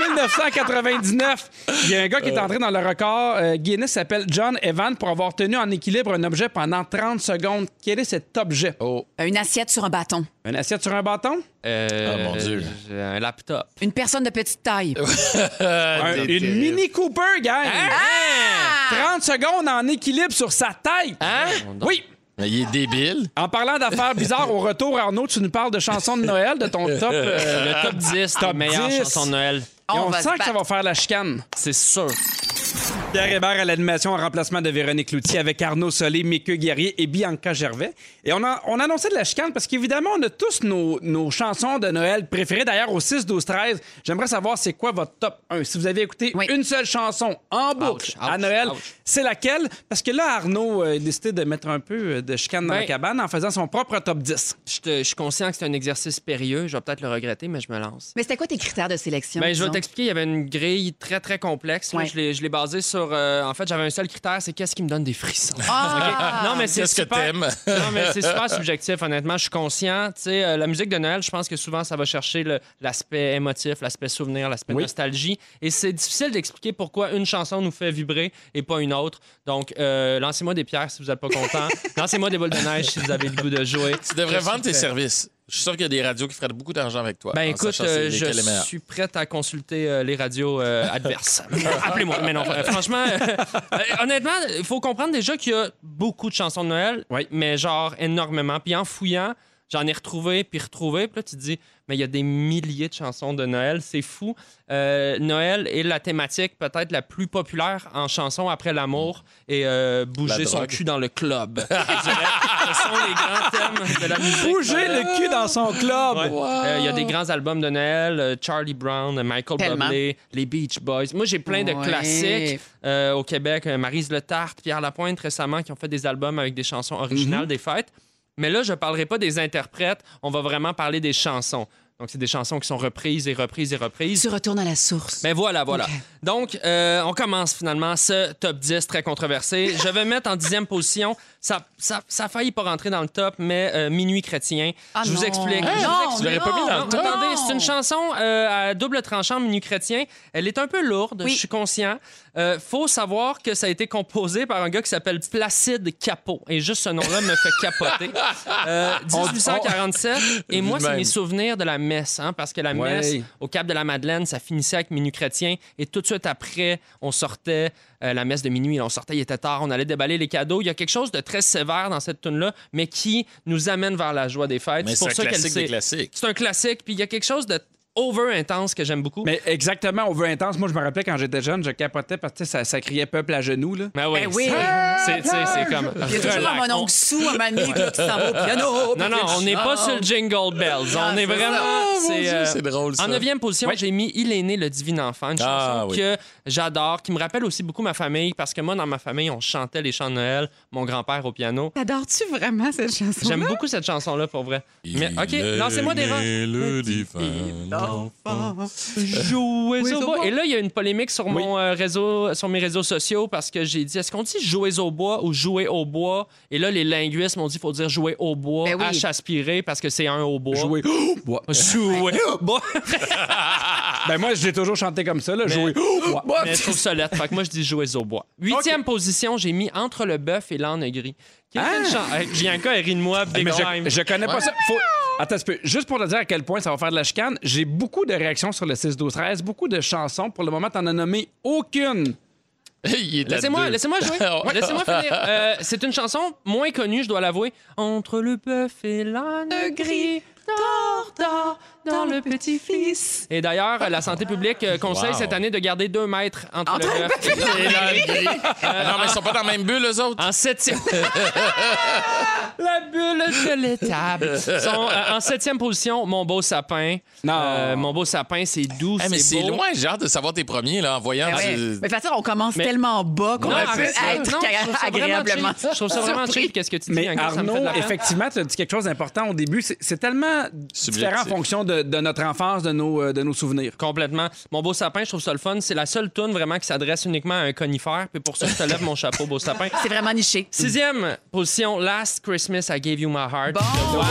1999, il y a un gars qui est entré dans le record euh, Guinness, s'appelle John Evan, pour avoir tenu en équilibre un objet pendant 30 secondes. Quel est cet objet?
Oh,
Une assiette sur un bâton.
Une assiette sur un bâton?
Euh,
Ah, mon Dieu.
j'ai Un laptop.
Une personne de petite taille.
Un-
t'es
une
terrible.
Mini Cooper, gang!
Hein?
Ah!
30 secondes en équilibre sur sa tête!
Hein?
Oui!
Mais il est débile.
En parlant d'affaires bizarres, au retour, Arnaud, tu nous parles de chansons de Noël, de ton top. euh,
Le top 10 des meilleures
10.
chansons de Noël.
et on,
On va se
sent que ça
battre.
va faire la chicane.
C'est sûr.
Pierre Hébert à l'animation en remplacement de Véronique Loutier avec Arnaud Solé, Mickey Guerrier et Bianca Gervais. Et on, a, on annonçait de la chicane parce qu'évidemment, on a tous nos, nos chansons de Noël préférées. D'ailleurs, au 6, 12, 13, j'aimerais savoir c'est quoi votre top 1. Si vous avez écouté
Oui.
une seule chanson en boucle
Ouch, ouch,
à Noël,
ouch.
c'est laquelle? Parce que là, Arnaud euh, a décidé de mettre un peu euh, de chicane dans
Ben-
la cabane en faisant son propre top 10.
Je, te- je suis conscient que c'est un exercice périlleux. Je vais peut-être le regretter, mais je me lance.
Mais c'était quoi tes critères de sélection?
Ben, je vais
disons?
t'expliquer, il y avait une grille très, très complexe. là.
Ouais.
Je l'ai- je l'ai basée sur... euh, en fait, j'avais un seul critère, c'est qu'est-ce qui me donne des frissons.
Ah!
Non, mais c'est
Qu'est-ce que
super...
t'aimes?
Non, mais c'est super subjectif, honnêtement. Je suis conscient. Tu sais, euh, la musique de Noël, je pense que souvent, ça va chercher le- l'aspect émotif, l'aspect souvenir, l'aspect nostalgie. Et c'est difficile d'expliquer pourquoi une chanson nous fait vibrer et pas une autre. Donc, euh, lancez-moi des pierres si vous n'êtes pas content. lancez-moi des boules de neige si vous avez le goût de jouer.
Tu devrais
Je suis
vendre tes
prêt.
services. Je suis sûr qu'il y a des radios qui feraient beaucoup d'argent avec toi. en
Ben écoute,
sachant c'est
euh,
lesquelles les
je
meilleures.
suis prête à consulter euh, les radios euh, adverses. Appelez-moi. Mais non, euh, franchement, euh, euh, honnêtement, il faut comprendre déjà qu'il y a beaucoup de chansons de Noël,
Oui.
mais genre énormément. Puis en fouillant, j'en ai retrouvé, puis retrouvé. Puis là, tu te dis, mais il y a des milliers de chansons de Noël, c'est fou. Euh, Noël est la thématique peut-être la plus populaire en chansons après l'amour et euh, bouger
La
son
drogue.
cul dans le club. Je dirais que Ce sont les grands thèmes de la musique.
Bouger le cul dans son club!
Ouais. Euh, Il y a des grands albums de Noël, euh, Charlie Brown, euh, Michael
Tellement.
Bublé, les Beach Boys. Moi, j'ai plein de
Ouais.
classiques euh, au Québec. Euh, Maryse Le Tarte, Pierre Lapointe récemment, qui ont fait des albums avec des chansons originales
Mhm.
des fêtes. Mais là, je ne parlerai pas des interprètes. On va vraiment parler des chansons. Donc, c'est des chansons qui sont reprises et reprises et reprises.
Tu retournes à la source.
Mais Ben voilà, voilà.
Ok.
Donc, euh, on commence finalement ce top 10 très controversé. Je vais mettre en dixième position. Ça, ça, ça a failli pas rentrer dans le top, mais euh, Minuit chrétien.
Ah
je
non.
vous explique.
Hey,
Je vous
non,
explique.
Tu l'aurais pas mis dans le
Non,
top.
attendez, c'est une chanson euh, à double tranchant, Minuit chrétien. Elle est un peu lourde,
Oui.
je suis conscient. Euh, faut savoir que ça a été composé par un gars qui s'appelle Placide Capot. Et juste ce nom-là me fait capoter. Euh, 1847. Et moi, c'est
Lui-même.
mes souvenirs de la messe, hein, parce que la
Ouais.
messe au Cap de la Madeleine, ça finissait avec Minuit chrétien. Et tout de suite après, on sortait euh, la messe de minuit. On sortait, il était tard, on allait déballer les cadeaux. Il y a quelque chose de très sévère dans cette tune là mais qui nous amène vers la joie des fêtes.
Mais c'est un
ça qu'elle
classique des
s'est-
classiques.
c'est un classique, puis il y a quelque chose de over intense que j'aime beaucoup.
Mais exactement, on veut intense. Moi, je me rappelais quand j'étais jeune, je capotais parce que tu sais, ça, ça criait peuple à genoux. Là.
Ben oui,
Ben oui.
c'est- c'est- tu sais, c'est comme.
Il y a toujours
Relax,
mon
on-
oncle sous à ma nuit, là, qui s'en va au piano.
Non, non, on n'est pas sur le Jingle Bells.
Ah,
on est
c'est
vraiment.
ça.
Ah, mon Dieu,
euh,
c'est drôle, ça.
En neuvième position, j'ai mis Il est né le divin enfant, une chanson
Ah, oui.
que j'adore, qui me rappelle aussi beaucoup ma famille, parce que moi, dans ma famille, on chantait les chants de Noël, mon grand-père au piano.
T'adores-tu vraiment cette chanson?
J'aime beaucoup cette chanson-là, pour vrai. Mais,
Il
OK,
est
lancez-moi des rangs.
né le divin.
Jouez
Jouez
au
au
bois.
bois.
Et là, il y a une polémique sur, mon, euh, réseau, sur mes réseaux sociaux parce que j'ai dit est-ce qu'on dit jouer au bois ou jouer au bois Et là, les linguistes m'ont dit qu'il faut dire jouer au bois,
Ben oui.
H aspiré parce que c'est un au bois.
Jouer. Ouais.
Jouer au bois.
Ben moi, je l'ai toujours chanté comme ça, là, jouer. Oh, ouais.
Ah. Mais je trouve ça lettre. Fait que moi, je dis jouer au bois. Huitième position, j'ai mis entre le bœuf et l'âne gris. Quelle
Ah!
une chan- Hey, Bianca, elle rit de moi, big
Mais
time.
je, je connais pas ça. Faut... Attends, un peu. juste pour te dire à quel point ça va faire de la chicane, j'ai beaucoup de réactions sur le 6-12-13, beaucoup de chansons. Pour le moment, t'en as nommé aucune.
Il est à
Laissez-moi
deux.
laissez jouer. laissez-moi finir. Euh, c'est une chanson moins connue, je dois l'avouer. Entre le bœuf et l'âne gris, dors, dors dans le petit fils. Et d'ailleurs, la santé publique euh, conseille
Wow.
cette année de garder deux mètres entre, le bœuf et
Et là, le gris. Ah non, mais ils sont pas dans la même bulle, eux autres.
En septième. La bulle de
Ah
l'étable. Sont, euh, en septième position, mon beau sapin. Euh,
Non.
mon beau sapin, c'est doux,
Eh, mais
Ah, c'est
c'est
beau. Ah,
loin, j'ai hâte de savoir tes premiers là, en voyant.
Mais
du-
de toute façon, on commence
Mais-
tellement bas qu'on
Non,
peut
arrête ça.
être
Non, je trouve ça
agréablement.
vraiment cheap. Je trouve ça vraiment
surpris.
cheap. Qu'est-ce que tu dis,
Mais
Bianca? Ça me fait de
Arnaud,
la peine.
effectivement, tu as dit quelque chose d'important au début. C'est c'est tellement différent en
Subjectif.
fonction de, de notre enfance, de nos, euh, de nos souvenirs.
Complètement. Mon beau sapin, je trouve ça le fun. C'est la seule toune vraiment qui s'adresse uniquement à un conifère. Puis pour ça, je te lève mon chapeau, beau sapin.
C'est vraiment niché.
Sixième position, Last Christmas, I gave you my heart.
Bon.
De Wham.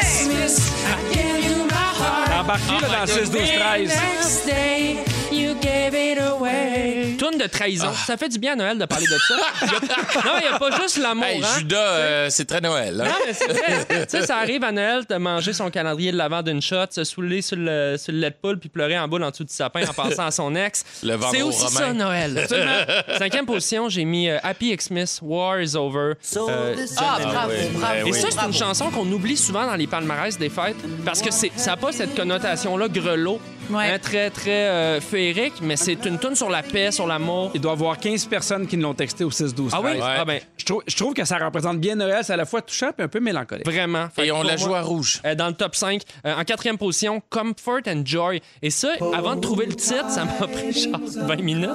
Hey!
Oh
Embarqué là, dans le 6-12-13.
Toune de de trahison.
Ah.
Ça fait du bien à Noël de parler de ça. Il y a- Non, il n'y a pas juste l'amour.
Hey,
hein.
Judas, euh, c'est très Noël. hein?
Non, Ah, mais c'est vrai. tu sais, ça arrive à Noël de manger son calendrier de l'avant d'une shot, se saouler sur le, sur le lait de poule, puis pleurer en boule en dessous du sapin en pensant à son ex.
Le vendre
C'est
aux
aussi
Romains.
ça, Noël. Absolument. Cinquième position, j'ai mis euh, Happy Xmas, War is Over. Euh,
Ah, bravo,
oui.
bravo.
Eh
et
oui.
ça, c'est une chanson qu'on oublie souvent dans les palmarès des fêtes parce que c'est- ça n'a pas cette connotation-là grelot,
Ouais.
hein, très, très euh, féerique, mais c'est une tune sur la paix, sur l'amour.
Il doit y avoir 15 personnes qui nous l'ont texté au 6-12.
Ah oui?
treize.
Ah ben,
Je trouve, je trouve que ça représente bien Noël, c'est à la fois touchant et un peu mélancolique.
vraiment. Fait
Et
que
on
pour
la
moi-
joue à rouge.
Euh, dans le top 5. Euh, en quatrième position, Comfort and Joy. Et ça, avant de trouver le titre, ça m'a pris genre 20 minutes.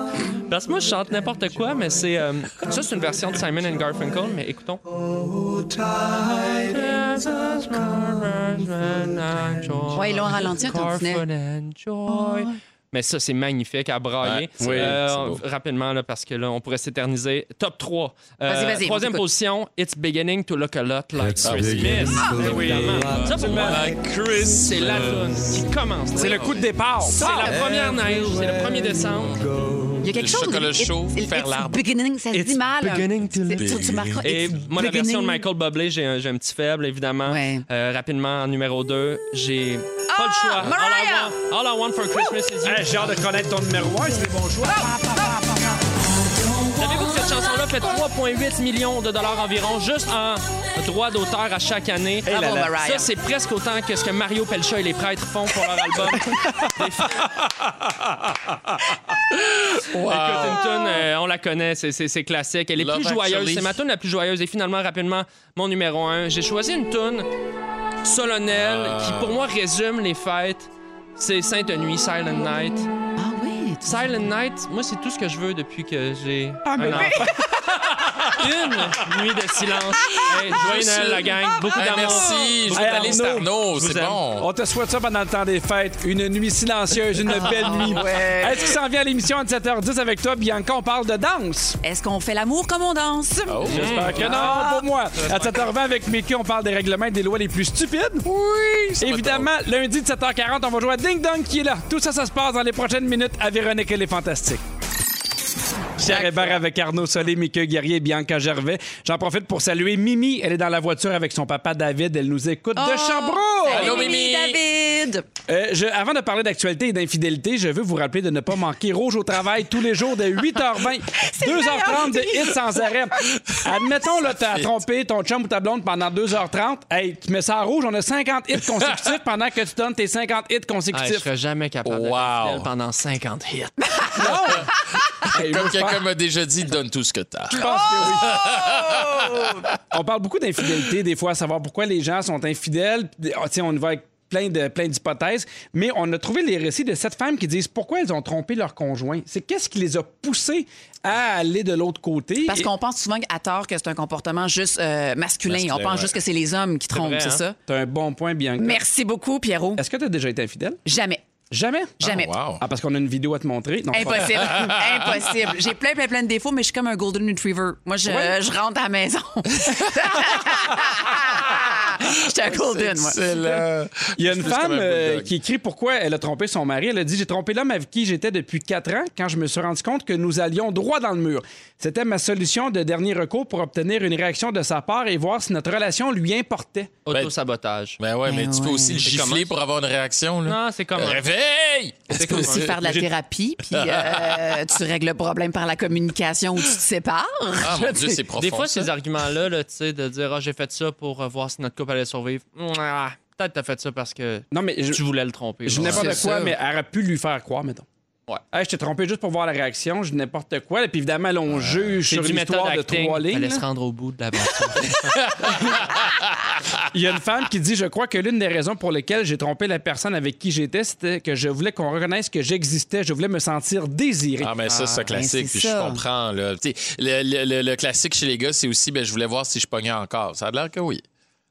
Parce que moi, je chante n'importe quoi, mais c'est. euh, ça, c'est une version de Simon and Garfunkel, mais écoutons.
Ouais, ils l'ont ralenti un tantinet.
Comfort and Joy. Mais ça, c'est magnifique à brailler.
Ouais, oui,
Euh,
c'est beau.
rapidement, là, parce que là, on pourrait s'éterniser. Top 3.
Vas-y, vas-y, on
Troisième
t'écoute.
position, It's Beginning to Look a Lot Like Christmas. Ah, évidemment. Ça, pour moi, c'est la tune qui commence.
C'est le coup de départ.
C'est la première neige, c'est le 1er décembre.
Il y a quelque
Le
chose.
chocolat
it's-
chaud,
it's
faire l'arbre.
beginning, ça se
It's
dit mal. hein.
beginning to
C'est- tu- Tu marqueras.
Et
it's
moi, la version de
beginning.
Michael Bublé, j'ai un, j'ai un petit faible, évidemment.
Ouais. Ah,
Euh, rapidement, en numéro 2, j'ai pas le choix.
Mariah!
All I, want, all I want for Christmas is you.
Hey, J'ai hâte de connaître ton numéro 1, c'est des bons choix.
Savez-vous que cette chanson-là fait 3,8 millions de dollars environ juste en droits d'auteur à chaque année? Ah
là Bravo, là. Mariah.
Ça, c'est presque autant que ce que Mario Pelcha et les prêtres font pour leur album. Les f- Écoute, une tune, euh, on la connaît, c'est- c'est c'est classique. Elle est
Love
plus joyeuse.
Actually.
C'est ma tune la plus joyeuse. Et finalement, rapidement, mon numéro un. J'ai choisi une tune solennelle qui, pour moi, résume les fêtes. C'est Sainte Nuit, Silent Night.
Ah oui. tu-
Silent Night, moi, c'est tout ce que je veux depuis que j'ai un enfant. Une nuit de silence. Hey, joyeux Noël, la gang. Beaucoup
Hey,
d'amour.
merci, journaliste Arnaud,
Je vous
c'est
aime.
bon.
On te souhaite ça pendant le temps des fêtes. Une nuit silencieuse, une belle nuit. Est-ce qu'il s'en vient à l'émission à 7h10 avec toi, Bianca? On parle de danse.
Est-ce qu'on fait l'amour comme on danse?
J'espère que non, pour moi. À 7h20 avec Mickey, on parle des règlements et des lois les plus stupides. Oui. Évidemment, lundi de 7h40, on va jouer à Ding Dong qui est là. Tout ça, ça se passe dans les prochaines minutes à Véronique et les Fantastiques. Pierre Hébert avec Arnaud Solé, Mickey Guerrier et Bianca Gervais. J'en profite pour saluer Mimi. Elle est dans la voiture avec son papa David. Elle nous écoute de Sherbrooke.
Allô,
Mimi,
Mimi.
David!
Euh, je- avant de parler d'actualité et d'infidélité, je veux vous rappeler de ne pas manquer Rouge au travail tous les jours de 8h20, 2h30 de hits sans arrêt. Admettons, là, t'as trompé ton chum ou ta blonde pendant 2h30. Hey, tu mets ça en rouge, on a 50 hits consécutifs pendant que tu donnes tes 50 hits
Hey, je
consécutifs.
serais jamais capable
Wow.
d'être fidèle pendant 50 hits.
Ben, Hey, moi,
Comme
je pense-
quelqu'un m'a déjà dit, donne tout ce que t'as.
je pense que oui. On parle beaucoup d'infidélité des fois, à savoir pourquoi les gens sont infidèles. Puis, ah, tu sais, on y va avec plein de plein d'hypothèses, mais on a trouvé les récits de sept femmes qui disent pourquoi elles ont trompé leur conjoint. C'est qu'est-ce qui les a poussées à aller de l'autre côté
Parce
Et-
qu'on pense souvent à tort que c'est un comportement juste euh, masculin. On pense juste que c'est les hommes qui trompent,
vrai,
c'est
hein?
ça?
T'as un bon point, Bianca.
Merci beaucoup, Pierrot.
Est-ce que t'as déjà été infidèle
Jamais.
Jamais.
Jamais. Eh ben,
Wow.
Ah, parce qu'on a une vidéo à te montrer. Non, pas-
Impossible. Impossible. J'ai plein, plein, plein de défauts, mais je suis comme un Golden Retriever. Moi, je, je rentre à la maison. je suis un Golden, moi.
Excellent.
Il y a une
Je suis comme
femme
un
euh,
bulldog.
qui écrit pourquoi elle a trompé son mari. Elle a dit J'ai trompé l'homme avec qui j'étais depuis quatre ans quand je me suis rendu compte que nous allions droit dans le mur. C'était ma solution de dernier recours pour obtenir une réaction de sa part et voir si notre relation lui importait.
Autosabotage.
Ben ouais, mais, tu peux aussi le gifler
comment?
pour avoir une réaction. Là.
Non, c'est comme.
Réveille!
C'est
Tu peux aussi faire de la thérapie, puis euh, tu règles le problème par la communication ou tu te sépares.
Ah mon Dieu, c'est profond.
Des fois,
ça.
ces arguments-là, là, tu sais, de dire, ah, j'ai fait ça pour euh, voir si notre couple allait survivre. Mouah, Peut-être t'as fait ça parce que
Non, mais je,
tu voulais le tromper.
je
genre.
n'importe quoi,
C'est ça.
mais elle aurait pu lui faire croire, mettons.
Ouais.
Hey, je t'ai trompé juste pour voir la réaction, je dis n'importe quoi. Et puis évidemment, là, on juge
C'est
sur
du méthode
l'histoire de
acting.
trois lignes.
Fallait se
là.
rendre au bout de la bataille.
Il y a une femme qui dit Je crois que l'une des raisons pour lesquelles j'ai trompé la personne avec qui j'étais, c'était que je voulais qu'on reconnaisse que j'existais, je voulais me sentir désiré.
Ah, mais ça, c'est un classique,
c'est
puis
ça.
je comprends. Là. Tu sais, Le, le- le- le classique chez les gars, c'est aussi, ben, je voulais voir si je pognais encore. Ça a l'air que oui.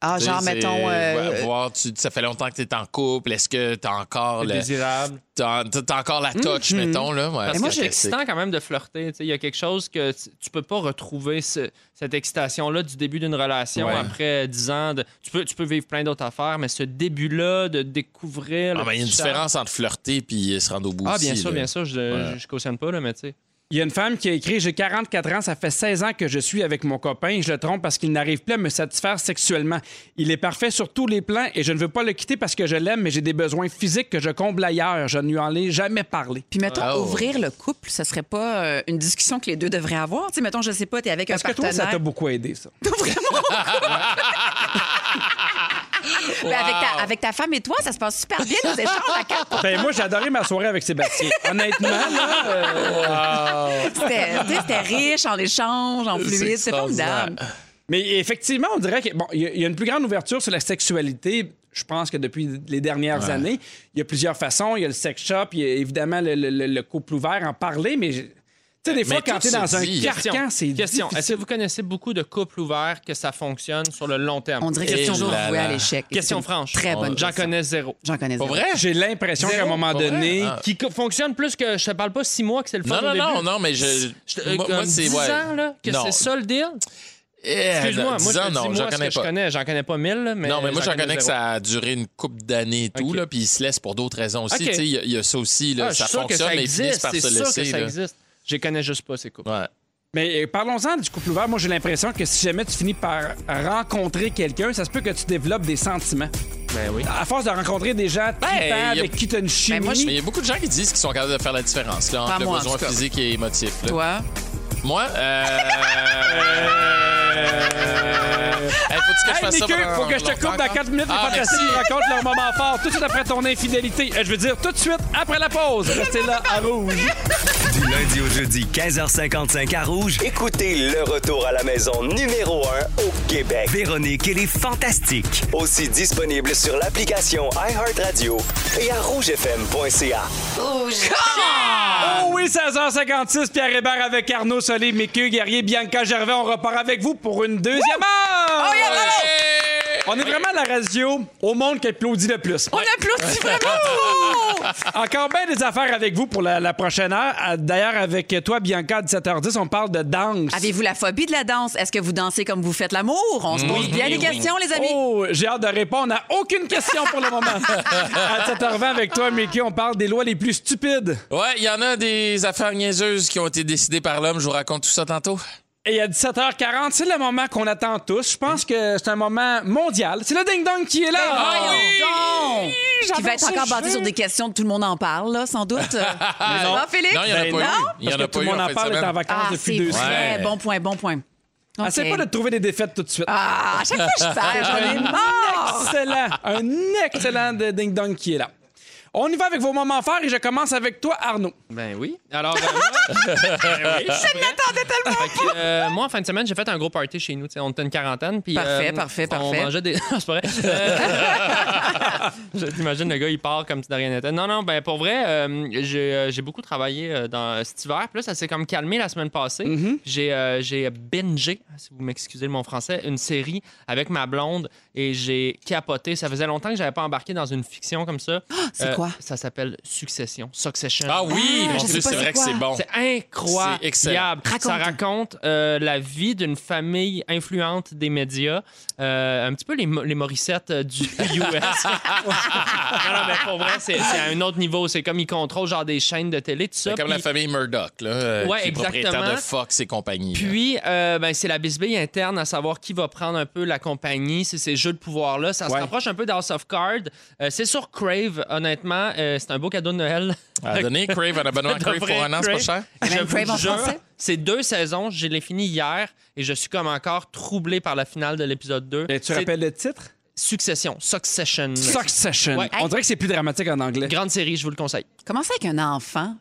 Ah,
Tu sais,
genre,
c'est-
mettons. euh,
ouais, voir, tu- ça fait longtemps que tu es en couple. Est-ce que tu as encore le.
Désirable.
T'as t'as encore
Hum,
la touch, mettons. Là. Ouais, c'est un
Ben,
Parce que c'est
classique.
excitant quand même de flirter. tu sais. Il y a quelque chose que tu tu peux pas retrouver, ce- cette excitation-là du début d'une relation
Ouais.
après 10 ans. de- tu, peux, tu peux vivre plein d'autres affaires, mais ce début-là de découvrir. le
Ah, mais il y a une
petit charme.
différence entre flirter et se rendre au bout.
Ah, bien
aussi,
sûr,
là.
bien sûr. Je,
Ouais.
je, je cautionne pas, là, mais tu sais.
Il y a une femme qui a écrit J'ai 44 ans, ça fait 16 ans que je suis avec mon copain. Je le trompe parce qu'il n'arrive plus à me satisfaire sexuellement. Il est parfait sur tous les plans et je ne veux pas le quitter parce que je l'aime, mais j'ai des besoins physiques que je comble ailleurs. Je ne lui en ai jamais parlé.
Puis mettons,
Oh.
ouvrir le couple, ce serait pas euh, une discussion que les deux devraient avoir. Tu sais, mettons, je sais pas, t'es avec un
Est-ce que toi,
partenaire.
ça t'a beaucoup aidé, ça?
Ben, avec, ta, avec ta femme et toi, ça se passe super bien, nos échanges à quatre.
Ben, moi, j'ai adoré ma soirée avec Sébastien. Honnêtement, là, euh,
C'était tu sais, c'était riche en échanges, en fluide. C'est formidable.
Mais effectivement, on dirait qu'il bon, il y, a- il y a une plus grande ouverture sur la sexualité. Je pense que depuis les dernières années, il y a plusieurs façons. Il y a le sex shop, il y a évidemment le, le- le- le couple ouvert, en parler, mais je- tu sais, des fois,
tout
quand tu es
se
dans un
dit.
carcan, c'est
Question.
difficile.
Est-ce que vous connaissez beaucoup de couples ouverts que ça fonctionne sur le long terme?
On dirait que c'est
Et
toujours
là
voué à
là. Oh,
l'échec. Et
Question
c'est une
franche.
Très bonne
J'en
question.
connais zéro.
J'en connais
Pour
zéro.
vrai?
Eh, J'ai l'impression qu'à un moment
Pas vrai?
donné,
Ah.
Qui co- fonctionne plus que je te parle pas six mois que c'est le fun
Non,
au
non,
début.
non, non, mais je.
Je te- euh,
moi,
comme
moi, c'est.
10
ouais.
ans, là, que
Non.
c'est ça le deal.
Eh,
Excuse-moi, moi, je
10 ans,
te dis,
non,
moi,
j'en
ce
connais
que
pas.
je connais, j'en connais pas mille, là, mais
non, mais moi, j'en connais que
zéro.
ça a duré une couple d'années et tout,
Ok.
là, puis ils se laissent pour d'autres raisons aussi.
Ok.
Tu sais, il y a- il y, a ça aussi, là,
Ah, je suis
ça
sûr que
fonctionne,
ça
mais ils finissent
existe,
par
c'est
se
sûr que
laisser.
ça
là.
existe. Je les connais juste pas, ces couples.
Ouais.
Mais euh, parlons-en du couple ouvert. Moi, j'ai l'impression que si jamais tu finis par rencontrer quelqu'un, ça se peut que tu développes des sentiments.
Ben oui.
À force de rencontrer des gens tripants
il y a-
avec qui tu as une chimie.
moi, je-
Mais il y a beaucoup de gens qui disent qu'ils sont capables de faire la différence là,
Pas
entre le
moi, en
besoin
tout cas.
physique et émotif. là.
Toi?
Moi, euh... euh, hey, faut-tu que je
Hey,
fasse ça
Nico,
pendant
faut que je te
longtemps
coupe dans
encore?
4 minutes. Les
Ah,
fantastiques
merci.
nous racontent leur moment fort tout de suite après ton infidélité. Euh, Je veux dire, tout de suite après la pause. Restez là à rouge.
Du lundi au jeudi, 15h55 à Rouge.
Écoutez le retour à la maison numéro 1 au Québec.
Véronique et les Fantastiques.
Aussi disponible sur l'application iHeartRadio et à rougefm.ca.
Oh oui, 16h56, Pierre Hébert avec Arnaud Solé, Mickey Guerrier, Bianca Gervais. On repart avec vous pour une deuxième heure.
Hey!
On est vraiment la radio au monde qui applaudit le plus.
On applaudit vraiment!
Encore bien des affaires avec vous pour la, la prochaine heure. Ah, D'ailleurs, avec toi, Bianca, à 17h10, on parle de danse.
Avez-vous la phobie de la danse? Est-ce que vous dansez comme vous faites l'amour? On se pose bien les questions, les amis.
Oh, j'ai hâte de répondre à aucune question pour le moment. à 7h20 avec toi, Mickey, on parle des lois les plus stupides.
Ouais, il y en a des affaires niaiseuses qui ont été décidées par l'homme. Je vous raconte tout ça tantôt.
Et à 17h40, c'est le moment qu'on attend tous. Je pense que c'est un moment mondial. C'est le ding-dong qui est là.
Ben
Voyons donc! Qui va être encore basé sur des questions de tout le monde en parle, là, sans doute. Mais
non.
non, Félix?
Non, il y en a
Ben
pas
non.
eu. Il y en
Parce que
a pas
tout
eu
le monde
en
en
fin de
parle est en
semaine.
vacances
Ah,
depuis
c'est
deux semaines.
vrai.
semaines.
Bon point, bon point. Ok.
Essaye pas de trouver des défaites tout de suite.
Ah, à chaque fois, je perds. J'en ai
Ah.
marre!
excellent, un excellent de ding-dong qui est là. On y va avec vos moments forts et je commence avec toi, Arnaud.
Ben oui. Alors, euh, moi, je m'attendais tellement euh, Moi, en fin de semaine, j'ai fait un gros party chez nous. tu sais, on était une quarantaine. Puis, euh,
Parfait, parfait,
on
parfait.
mangeait des... Non, c'est pas vrai. Euh, je t'imagine, le gars, il part comme si de rien n'était. Non, non, ben pour vrai, euh, j'ai euh, j'ai beaucoup travaillé euh, dans cet hiver. Puis là, ça s'est comme calmé la semaine passée.
Mm-hmm.
J'ai euh, j'ai bingé, si vous m'excusez de mon français, une série avec ma blonde et j'ai capoté. Ça faisait longtemps que j'avais pas embarqué dans une fiction comme ça.
Ah,
Euh,
c'est quoi?
Ça s'appelle Succession. Succession.
Ah oui,
Ah,
mon
je
Dieu,
sais pas
c'est
c'est
vrai que
quoi.
c'est bon.
C'est incroyable.
C'est excellent.
Ça
Raconte.
raconte euh, la vie d'une famille influente des médias. Euh, un petit peu les, Mo- les Morissettes euh, du US. non, non, mais pour vrai, c'est c'est à un autre niveau. C'est comme ils contrôlent genre des chaînes de télé, tout ça.
C'est comme la
Puis-
famille Murdoch, là, euh,
Ouais,
qui est propriétaire
exactement.
de Fox et compagnie. là.
puis, euh, ben, c'est la bisbille interne à savoir qui va prendre un peu la compagnie. C'est ces jeux de pouvoir-là. Ça se
Ouais.
rapproche un peu d'House of Cards. Euh, c'est sur Crave, honnêtement. Euh, c'est un beau cadeau de Noël.
À donner Crave, un abonnement à Crave pour un an, c'est pas cher?
Même
Je vous
Crave en
jure,
français?
Ces deux saisons, je l'ai fini hier et je suis comme encore troublé par la finale de l'épisode 2.
Et tu
C'est
rappelles le titre?
Succession, Succession.
Succession.
Ouais.
On dirait que c'est plus dramatique en anglais.
Grande série, je vous le conseille.
Comment ça avec un enfant?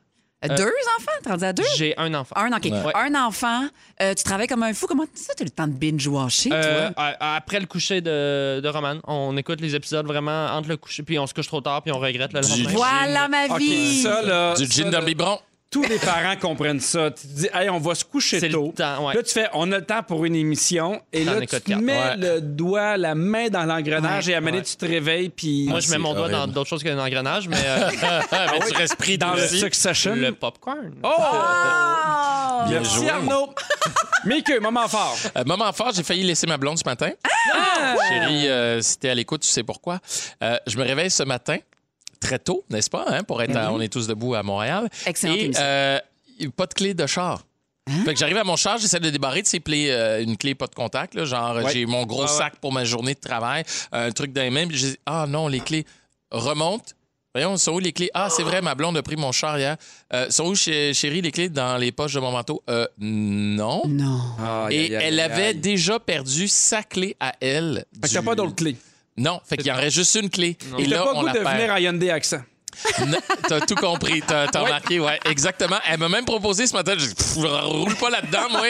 Euh, Deux enfants? T'es rendu à deux?
J'ai un enfant.
Un, ok.
Ouais.
Un enfant, euh, tu travailles comme un fou. Comment ça, t'as le temps de binge-watcher,
Euh,
Ah, toi?
à- à- après le coucher de, de Roman, on écoute les épisodes vraiment entre le coucher, puis on se couche trop tard, puis on regrette le
Du-
lendemain.
Voilà ma
OK,
vie!
ça, là.
Du
Ah, ça,
gin
là,
dans le biberon.
Tous les parents comprennent ça. Tu te dis, hey, on va se coucher
C'est le
tôt.
temps, ouais.
Là, tu fais, on a le temps pour une émission. Et
T'en
là, tu
écoutes
te
quatre.
mets
Ouais.
le doigt, la main dans l'engrenage
Ouais.
et à un moment donné, tu te réveilles. Puis
Moi, je mets mon doigt
horrible.
dans d'autres choses que dans l'engrenage, mais euh,
Ah, mais tu restes pris
dans le
aussi.
Succession.
le popcorn.
Oh!
Ah!
Bien
Merci,
joué.
Arnaud. Mickey, moment fort.
Euh, moment fort, j'ai failli laisser ma blonde ce matin.
Ah!
Chérie, euh, si t'es à l'écoute, tu sais pourquoi. Euh, je me réveille ce matin, très tôt, n'est-ce pas, hein, pour être à- On est tous debout à Montréal.
Ben Excellente
Et
émission. Hein?
euh, pas de clé de char. Fait que j'arrive à mon char, j'essaie de débarrer de ces clés, euh, une clé pas de contact, là, genre j'ai mon gros sac pour ma journée de travail, un truc dans les mains, puis j'ai dit, ah non, les clés remontent. Voyons, sont où les clés? Ah, c'est vrai, ma blonde a pris mon char hier. Euh, sont où, ch- chérie, les clés dans les poches de mon manteau? Euh, non.
Non.
Ah,
Et elle avait déjà perdu sa clé à elle.
Fait que t'as
du-
pas d'autres clés.
Non, fait qu'il y en reste juste une clé. Et
Et t'as
là,
pas le
on
goût
la
de
perd.
venir à Hyundai Accent.
Non, T'as tout compris, t'as t'as remarqué, ouais, exactement. Elle m'a même proposé ce matin, je dis, Pff, je roule pas là-dedans, moi.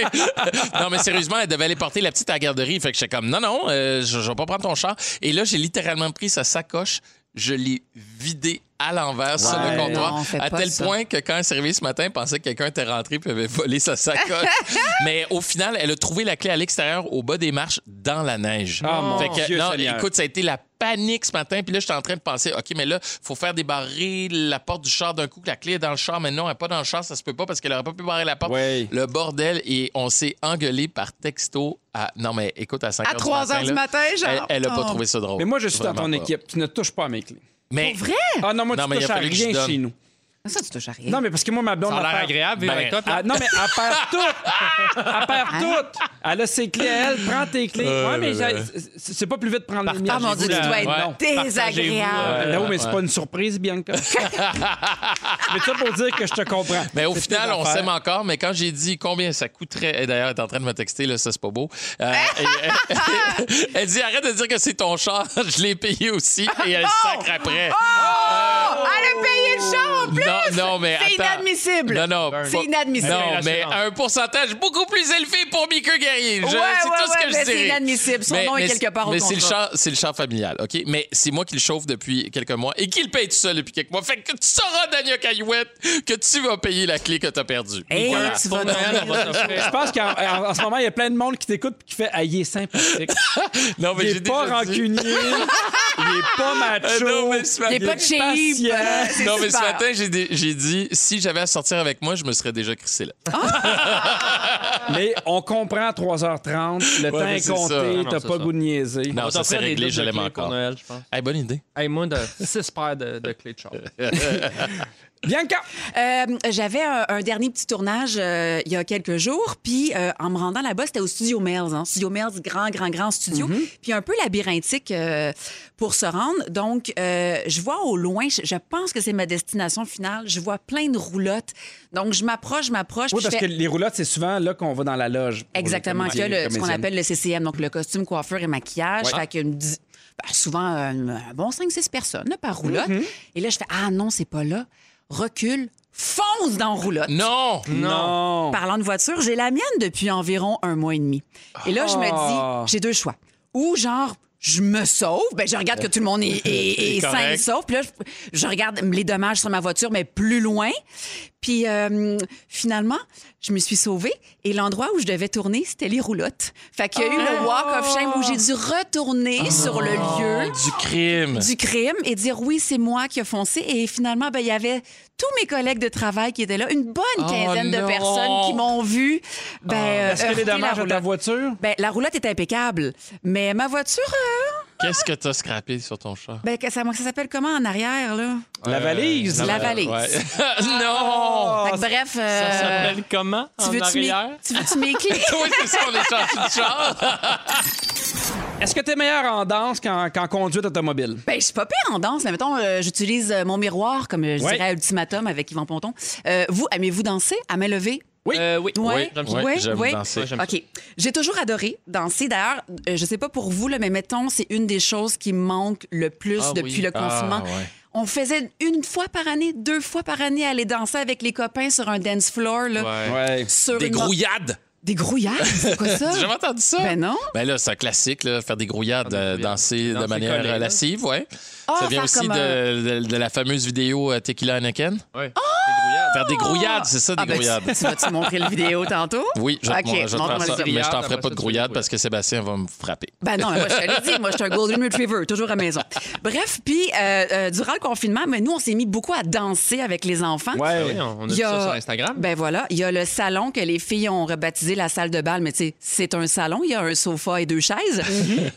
non, mais sérieusement, elle devait aller porter la petite à la garderie. Fait que j'étais comme, non, non, euh, je, je vais pas prendre ton char. Et là, j'ai littéralement pris sa sacoche, je l'ai vidée à l'envers sur le
Ouais,
comptoir,
non, on fait
à
pas
tel
ça.
point que quand elle est arrivée ce matin, elle pensait que quelqu'un était rentré puis avait volé sa sacoche. mais au final, elle a trouvé la clé à l'extérieur, au bas des marches, dans la neige.
Ah, mon
Fait que,
Dieu
non,
Seigneur.
écoute, ça a été la panique ce matin. Puis là, j'étais en train de penser, OK, mais là, faut faire débarrer la porte du char d'un coup, que la clé est dans le char. Mais non, elle n'est pas dans le char, ça se peut pas parce qu'elle aurait pas pu barrer la porte.
Ouais.
Le bordel. Et on s'est engueulé par texto à. Non, mais écoute, à 5
À 3 heures du
là,
matin, genre.
Elle, elle a pas
Oh.
trouvé ça drôle.
Mais moi, je suis dans
Vraiment
ton
pas.
équipe. Tu ne touches pas à mes clés.
Mais
Vrai?
Ah non, moi,
Non,
tu
mais il a
touches à
fallu que je
rien
donne.
chez nous.
Ça, tu touches à rien.
Non, mais parce que moi, ma blonde.
Ça a l'air
elle perd-
agréable, vivre
Ben,
avec toi.
Ah, non, mais elle perd tout. elle perd
Hein?
tout. Elle a ses clés, elle prend tes clés. ouais, mais j'ai- c'est- c'est pas plus vite de prendre les miennes.
Ah mon Dieu, tu
J'ai voulu-
dois être
ouais.
désagréable.
Non, mais c'est pas une surprise, Bianca. mais ça pour dire que je te comprends.
Mais au
C'est
final,
tes
on
affaires.
s'aime encore, mais quand j'ai dit combien ça coûterait, et d'ailleurs, elle est en train de me texter, là, ça c'est pas beau. Euh,
Ah!
et- euh, elle, dit arrête de dire que c'est ton char, je l'ai payé aussi, et elle sacre après.
Oh, elle a payé le char en plus!
Non, non, mais
C'est
attends.
inadmissible.
Non, non.
C'est inadmissible.
Non, mais un pourcentage beaucoup plus élevé pour Mika Guerrier. Je-
Ouais,
c'est
ouais,
tout ce
ouais,
que
mais
je
c'est
dirais.
inadmissible. Son nom est quelque
c'est-
part au
Mais c'est le,
contrat.
char- c'est le char familial, OK? Mais c'est moi qui le chauffe depuis quelques mois et qui le paye tout seul depuis quelques mois. Fait que tu sauras, Dania Caillouette, que tu vas payer la clé que t'as perdue.
Hey,
Voilà.
tu
Pour
vas
Noël,
dormir
on va s'offrir.
Je pense qu'en en- en ce moment, il y a plein de monde qui t'écoute et qui fait Ah, il est sympathique.
Non, mais
il
j'ai
est pas
déjà dit-
rancunier. il est pas macho.
Euh, non, mais ce
Il
matin-
est pas cheap.
patient.
euh, c'est
Non, mais ce
super.
matin, j'ai dé- j'ai dit, si j'avais à sortir avec moi, je me serais déjà crissé là.
Mais on comprend 3h30, le temps
mais
est
c'est ça.
compté,
Non,
t'as
c'est
pas
ça.
goût de niaiser.
Non,
On
ça
t'offrait
c'est
des
réglé,
doubles
je l'aime
clés pour
encore.
Noël, je pense.
Hey, bonne idée.
Hey, moi, de six paires de, de clés de char.
Bianca!
Euh, J'avais un, un dernier petit tournage euh, il y a quelques jours, puis euh, en me rendant là-bas, c'était au Studio Mills. Hein. Studio Mills, grand, grand, grand studio. Puis un peu labyrinthique euh, pour se rendre. Donc, euh, je vois au loin, je, je pense que c'est ma destination finale, je vois plein de roulottes. Donc, je m'approche, je m'approche.
Oui,
puis je
parce
fais-
que les roulottes, c'est souvent là qu'on va dans la loge. pour les
Exactement,
comédiens,
qu'il y a le- ce qu'on
comédiennes.
appelle le CCM, donc le costume, coiffure et maquillage. Fait qu'il y a une dix- ben, souvent euh, un bon 5-6 personnes là, par roulotte. Et là, je fais Ah non, c'est pas là. Recule, fonce dans roulotte.
Non!
Non!
Parlant de voiture, j'ai la mienne depuis environ un mois et demi. Et là, je me
Ah.
dis J'ai deux choix. Ou genre, je me sauve, ben, je regarde que tout le monde est, est, est sain et
correct.
sauf. Puis là, je, je regarde les dommages sur ma voiture, mais plus loin. Puis euh, finalement, je me suis sauvée et l'endroit où je devais tourner, c'était les roulottes. Fait qu'il y a eu le walk of shame où j'ai dû retourner sur le lieu
Du crime.
du crime et dire oui, c'est moi qui ai foncé. Et finalement, ben, il y avait tous mes collègues de travail qui étaient là, une bonne
Oh,
quinzaine de
non.
personnes qui m'ont vu. Ben, euh,
Ah, Est-ce que les
heurter la
dommages à ta
roulotte.
voiture?
Ben, la roulotte est impeccable, mais ma voiture, euh,
Qu'est-ce que t'as scrappé sur ton char?
ben, que ça, ça s'appelle comment en arrière, là?
La valise?
la valise.
non!
Fait que bref, euh,
comment?
tu veux-tu mes- tu veux-tu mes clés?
Oui, c'est ça, on est sorti du char.
Est-ce que t'es meilleur en danse qu'en qu'en conduite automobile?
Ben, je suis pas pire en danse, mais mettons, euh, j'utilise euh, mon miroir, comme euh, je
Ouais.
dirais à Ultimatum avec Yvan Ponton. Euh, vous, aimez-vous danser à main levée?
Oui.
oui.
Ouais,
j'aime ça.
ouais.
ouais,
Euh, j'aime
ouais.
danser. Ouais, Ah, j'aime
OK. J'ai toujours adoré danser. D'ailleurs, euh, je sais pas pour vous, là, mais mettons, c'est une des choses qui me manque le plus
Ah
depuis
oui.
le confinement.
Ah, ouais.
On faisait une fois par année, deux fois par année, aller danser avec les copains sur un dance floor. Là,
Ouais.
sur
Des
une-
grouillades!
Des grouillards, c'est quoi ça?
J'ai jamais entendu ça.
Ben non.
Ben là, c'est un classique, là, faire des grouillades, euh, danser de
Danser
manière
collé,
euh,
là.
lascive, ouais.
Ah,
ça vient
faire
aussi
comme euh,
de, de- de la fameuse vidéo euh, Tequila Anakin.
Ouais.
Faire des grouillades, c'est ça, des
Ah, ben,
grouillades.
tu, tu vas-tu montrer la vidéo tantôt?
Oui, je vais te
OK,
montrer- je vais te faire
montre-moi
ça,
la
mais
vidéo.
je t'en
après
ferai
ça,
pas de
tu fais
grouillade
des
parce que Sébastien va me frapper.
Ben non, moi, je te l'ai dit, moi, je suis un Golden Retriever, toujours à la maison. Bref, puis euh, euh, durant le confinement, mais nous, on s'est mis beaucoup à danser avec les enfants.
Ben
Ouais.
Oui, Ben on on a
Il
vu
y a-
ça sur Instagram.
Ben voilà, il y a le salon que les filles ont rebaptisé baptisé la salle de bal, mais tu sais, c'est un salon, il y a un sofa et deux chaises.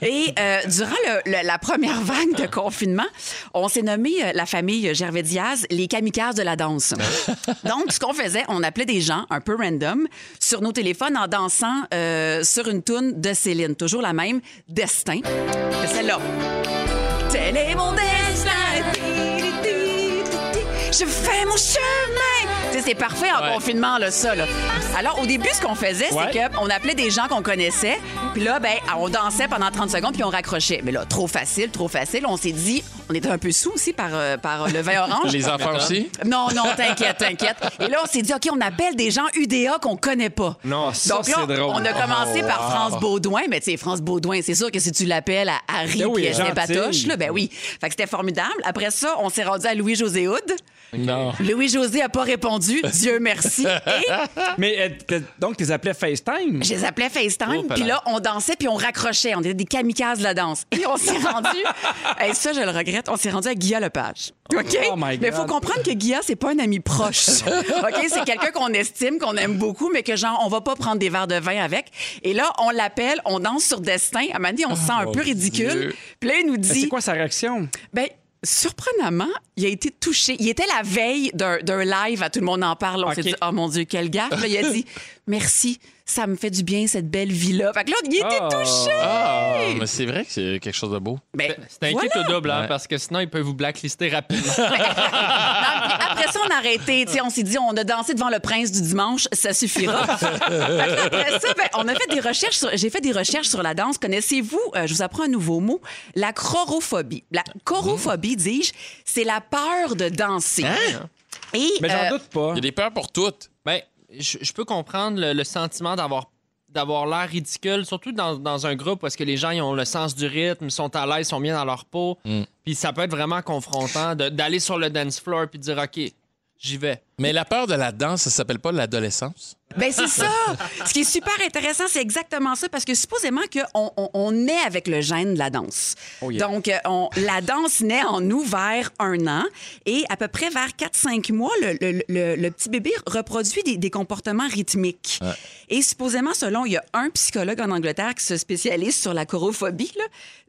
et euh, durant le- le- la première vague de confinement, on s'est nommé euh, la famille Gervais Diaz les kamikazes de la danse. Donc, ce qu'on faisait, on appelait des gens un peu random sur nos téléphones en dansant euh, sur une toune de Céline, toujours la même, Destin. C'est Celle-là. Tel est mon destin. Je fais mon chemin. Tu sais, C'est parfait en
Ouais.
confinement, là, ça. là. Alors, au début, ce qu'on faisait,
Ouais.
c'est qu'on appelait des gens qu'on connaissait, puis là, ben, on dansait pendant 30 secondes, puis on raccrochait. Mais là, trop facile, trop facile. On s'est dit, on était un peu sous aussi par, euh, par le vin orange.
Les enfants aussi?
hein?
Non, non, t'inquiète, t'inquiète. Et là, on s'est dit, OK, on appelle des gens UDA qu'on connaît pas.
Non, ça,
Donc là,
c'est drôle. Oh,
on a commencé par France Baudouin, mais tu sais, France Baudouin, c'est sûr que si tu l'appelles à Harry
Ben oui,
puis
elle est
elle
gentille.
patoche, là, ben oui. Fait que c'était formidable. Après ça, on s'est rendu à Louis-José Houd.
Non.
Louis-José a pas répondu, Dieu merci. Et
Mais euh, t'es- donc, tu les appelais FaceTime?
je les appelais FaceTime,
Oh, pas
puis
mal.
là, on dansait, puis on raccrochait. On était des kamikazes de la danse. Et on s'est rendu, et ça, je le regrette, on s'est rendu à Guilla Lepage. OK?
Oh my God.
Mais il faut comprendre que Guilla, c'est pas un ami proche. OK? C'est quelqu'un qu'on estime, qu'on aime beaucoup, mais que genre, on va pas prendre des verres de vin avec. Et là, on l'appelle, on danse sur Destin. À un moment donné,
Ah,
on se sent un
mon
peu ridicule.
Dieu.
Puis là, il nous
Mais C'est
dit.
quoi sa réaction?
Ben, surprenamment, il a été touché. Il était la veille d'un d'un live à Tout le monde en parle. On
OK.
s'est dit, oh mon Dieu, quel gaffe. Là, il a dit, merci, ça me fait du bien, cette belle vie-là. Fait que là, il était
Oh.
touché.
Ah, mais c'est vrai que c'est quelque chose de beau.
Ben,
C'est un kit
voilà. Ben,
au double, hein,
Ouais.
parce que sinon, ils peuvent vous blacklister rapidement.
Après ça, on a arrêté. Tu sais, on s'est dit, on a dansé devant le prince du dimanche, ça suffira. Fait que Après ça, ben, on a fait des recherches. sur- J'ai fait des recherches sur la danse. Connaissez-vous, euh, je vous apprends un nouveau mot, la chorophobie. La
Mmh.
chorophobie, dis-je, c'est la peur de danser.
Hein?
Hein?
Et,
Mais j'en
euh,
doute pas.
Il y a des peurs pour toutes.
hein. Ben, je, je peux comprendre le, le sentiment d'avoir d'avoir l'air ridicule, surtout dans, dans un groupe parce que les gens ils ont le sens du rythme, sont à l'aise, sont bien dans leur peau.
Mm.
Puis ça peut être vraiment confrontant de- d'aller sur le dance floor puis de dire OK, j'y vais.
Mais la peur de la danse, ça s'appelle pas l'adolescence.
Ben c'est ça. Ce qui est super intéressant, c'est exactement ça, parce que supposément qu'on on, on naît avec le gène de la danse.
Oh,
Donc, euh, on- la danse naît en nous vers un an, et à peu près vers 4-5 mois, le, le- le- le petit bébé reproduit des, des comportements rythmiques. Et supposément, selon, il y a un psychologue en Angleterre qui se spécialise sur la chorophobie, là,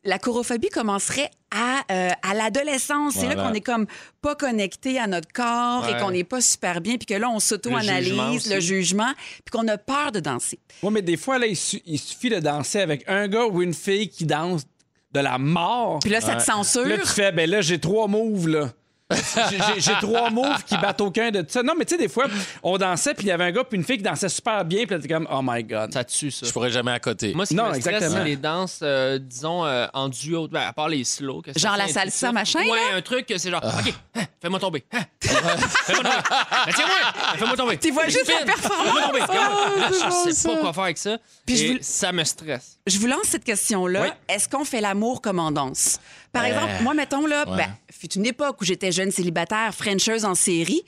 la chorophobie commencerait à, euh, à l'adolescence. C'est là
Voilà.
qu'on est comme pas connecté à notre corps et qu'on n'est pas super bien, puis que là, on
jugement
s'auto-analyse,
aussi.
le jugement, puis qu'on a peur de danser.
Oui, mais des fois, là, il, su- il suffit de danser avec un gars ou une fille qui danse de la mort.
Puis là, ça te censure.
Là, tu fais, ben là, j'ai trois moves, là. J'ai- j'ai- J'ai trois moves qui battent aucun de ça. Non, mais tu sais, des fois, on dansait, puis il y avait un gars, puis une fille qui dansait super bien, puis là, t'es comme, oh my God.
Ça tue ça.
Je pourrais jamais à côté.
Moi, ce qui
Non,
me stresse,
exactement.
c'est les danses, euh, disons, euh, en duo, ben, à part les slow. que ça
Genre
fait
la
un petit
salsa,
ça.
machin,
Ouais,
là?
un truc que c'est genre,
Ah.
OK, hein, fais-moi tomber. hein, fais-moi tomber. Ben, tiens-moi, fais-moi tomber.
Tu vois juste la
Fine,
performance.
Fais-moi tomber. Comment- Je sais pas quoi faire avec ça.
Puis je
et
voulais-
ça me stresse.
Je vous lance cette question-là.
Oui.
Est-ce qu'on fait l'amour comme en danse? Par exemple, moi, mettons, là, ben, fut une époque où j'étais jeune célibataire, Frencheuse en série.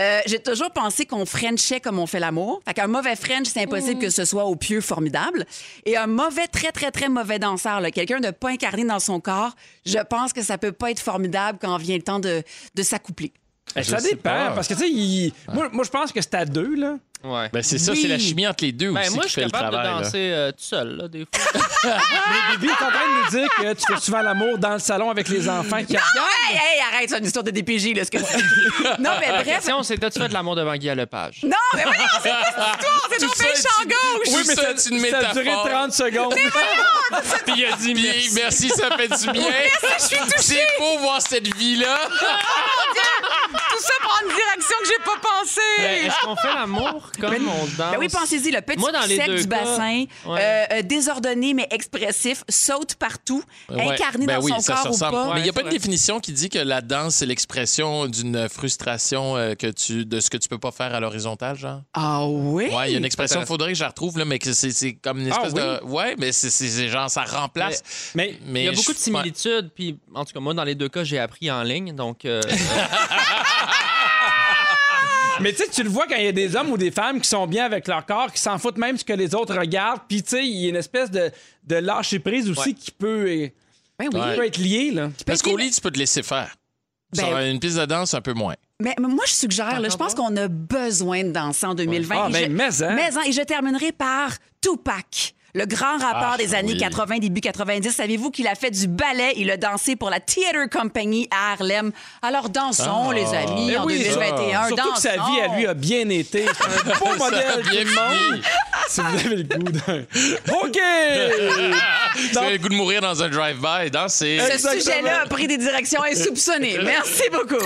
Euh, J'ai toujours pensé qu'on Frenchait comme on fait l'amour. Fait qu'un mauvais French, c'est impossible que ce soit au pieu formidable. Et un mauvais, très, très, très mauvais danseur, là, quelqu'un de pas incarné dans son corps, je pense que ça peut pas être formidable quand vient le temps de, de s'accoupler.
Eh,
Je
ça
sais
dépend,
pas.
parce que, tu sais, il- moi, moi, je pense que c'est à deux, là.
Ouais.
Ben, c'est ça,
Oui.
c'est la chimie entre les deux
Ben,
aussi
moi, je
qui
suis
fait le
capable
travail.
de
là.
danser euh, tout seul, là, des fois.
Mais Bibi est en train de nous dire que tu fais souvent l'amour dans le salon avec les enfants qui
Hey, hey, arrête, c'est une histoire de DPJ, là, ce que tu dis. Non, mais bref.
Question, c'est t'as-tu fait de l'amour devant Guy Lepage?
Non, mais voyons, c'est pas cette histoire, c'est ton
ça,
péché
tu-
en gauche.
Oui, mais
ça,
c'est une
ça a duré
métaphore.
30 secondes.
Puis il a dit
Puis,
merci.
merci, ça fait du bien.
Je suis touchée.
C'est beau voir cette vie-là.
Tout ça prend une direction que j'ai pas pensée.
Ben, Est-ce qu'on fait l'amour comme on danse?
Ben oui, pensez-y, le petit
Moi, dans les
sec
deux
du
cas,
bassin,
ouais.
euh, euh, désordonné mais expressif, saute partout,
Ouais.
incarné
Ben
dans
oui,
son
ça se
corps ou
ressemble.
pas.
Mais il n'y a
Ouais,
pas
c'est
de
vrai.
définition qui dit que la danse, c'est l'expression d'une frustration euh, que tu, de ce que tu peux pas faire à l'horizontale, genre.
Ah oui?
Ouais, il y a une expression, il
Intéressant.
faudrait que je la retrouve, là, mais que c'est c'est comme une
Ah,
espèce de. Ouais, mais c'est- c'est c'est genre, ça remplace.
Mais-
Il y a beaucoup
je-
de similitudes, puis en tout cas, moi, dans les deux cas, j'ai appris en ligne, donc... euh,
Mais tu sais, tu le vois quand il y a des hommes ou des femmes qui sont bien avec leur corps, qui s'en foutent même ce que les autres regardent. Puis tu sais, il y a une espèce de, de lâcher prise aussi
Ouais.
qui peut, eh,
Ben oui.
qui peut être liée. Là.
Parce qu'au lit, tu peux te laisser faire.
Ben
Sur
oui.
une piste de danse, un peu moins.
Mais moi, je suggère, là, je pense qu'on a besoin de danser en 2020.
Ah,
Et
ben,
je-
mais, hein?
mais, hein, et je terminerai par Tupac. Le grand rappeur
Ah,
ben
des années
oui.
80, début 90, savez-vous qu'il a fait du ballet? Il a dansé pour la Theatre Company à Harlem. Alors dansons,
Ah.
les amis,
Ben
en
oui, ça.
2021.
Surtout que sa
dansons.
vie à lui a bien été. C'est un beau
Ça a
modèle, tout
bien
le monde.
fini.
Si vous avez le goût d'un. OK!
Vous avez le goût de mourir dans un drive-by, danser.
Ce
Exactement.
sujet-là a pris des directions insoupçonnées. Merci beaucoup.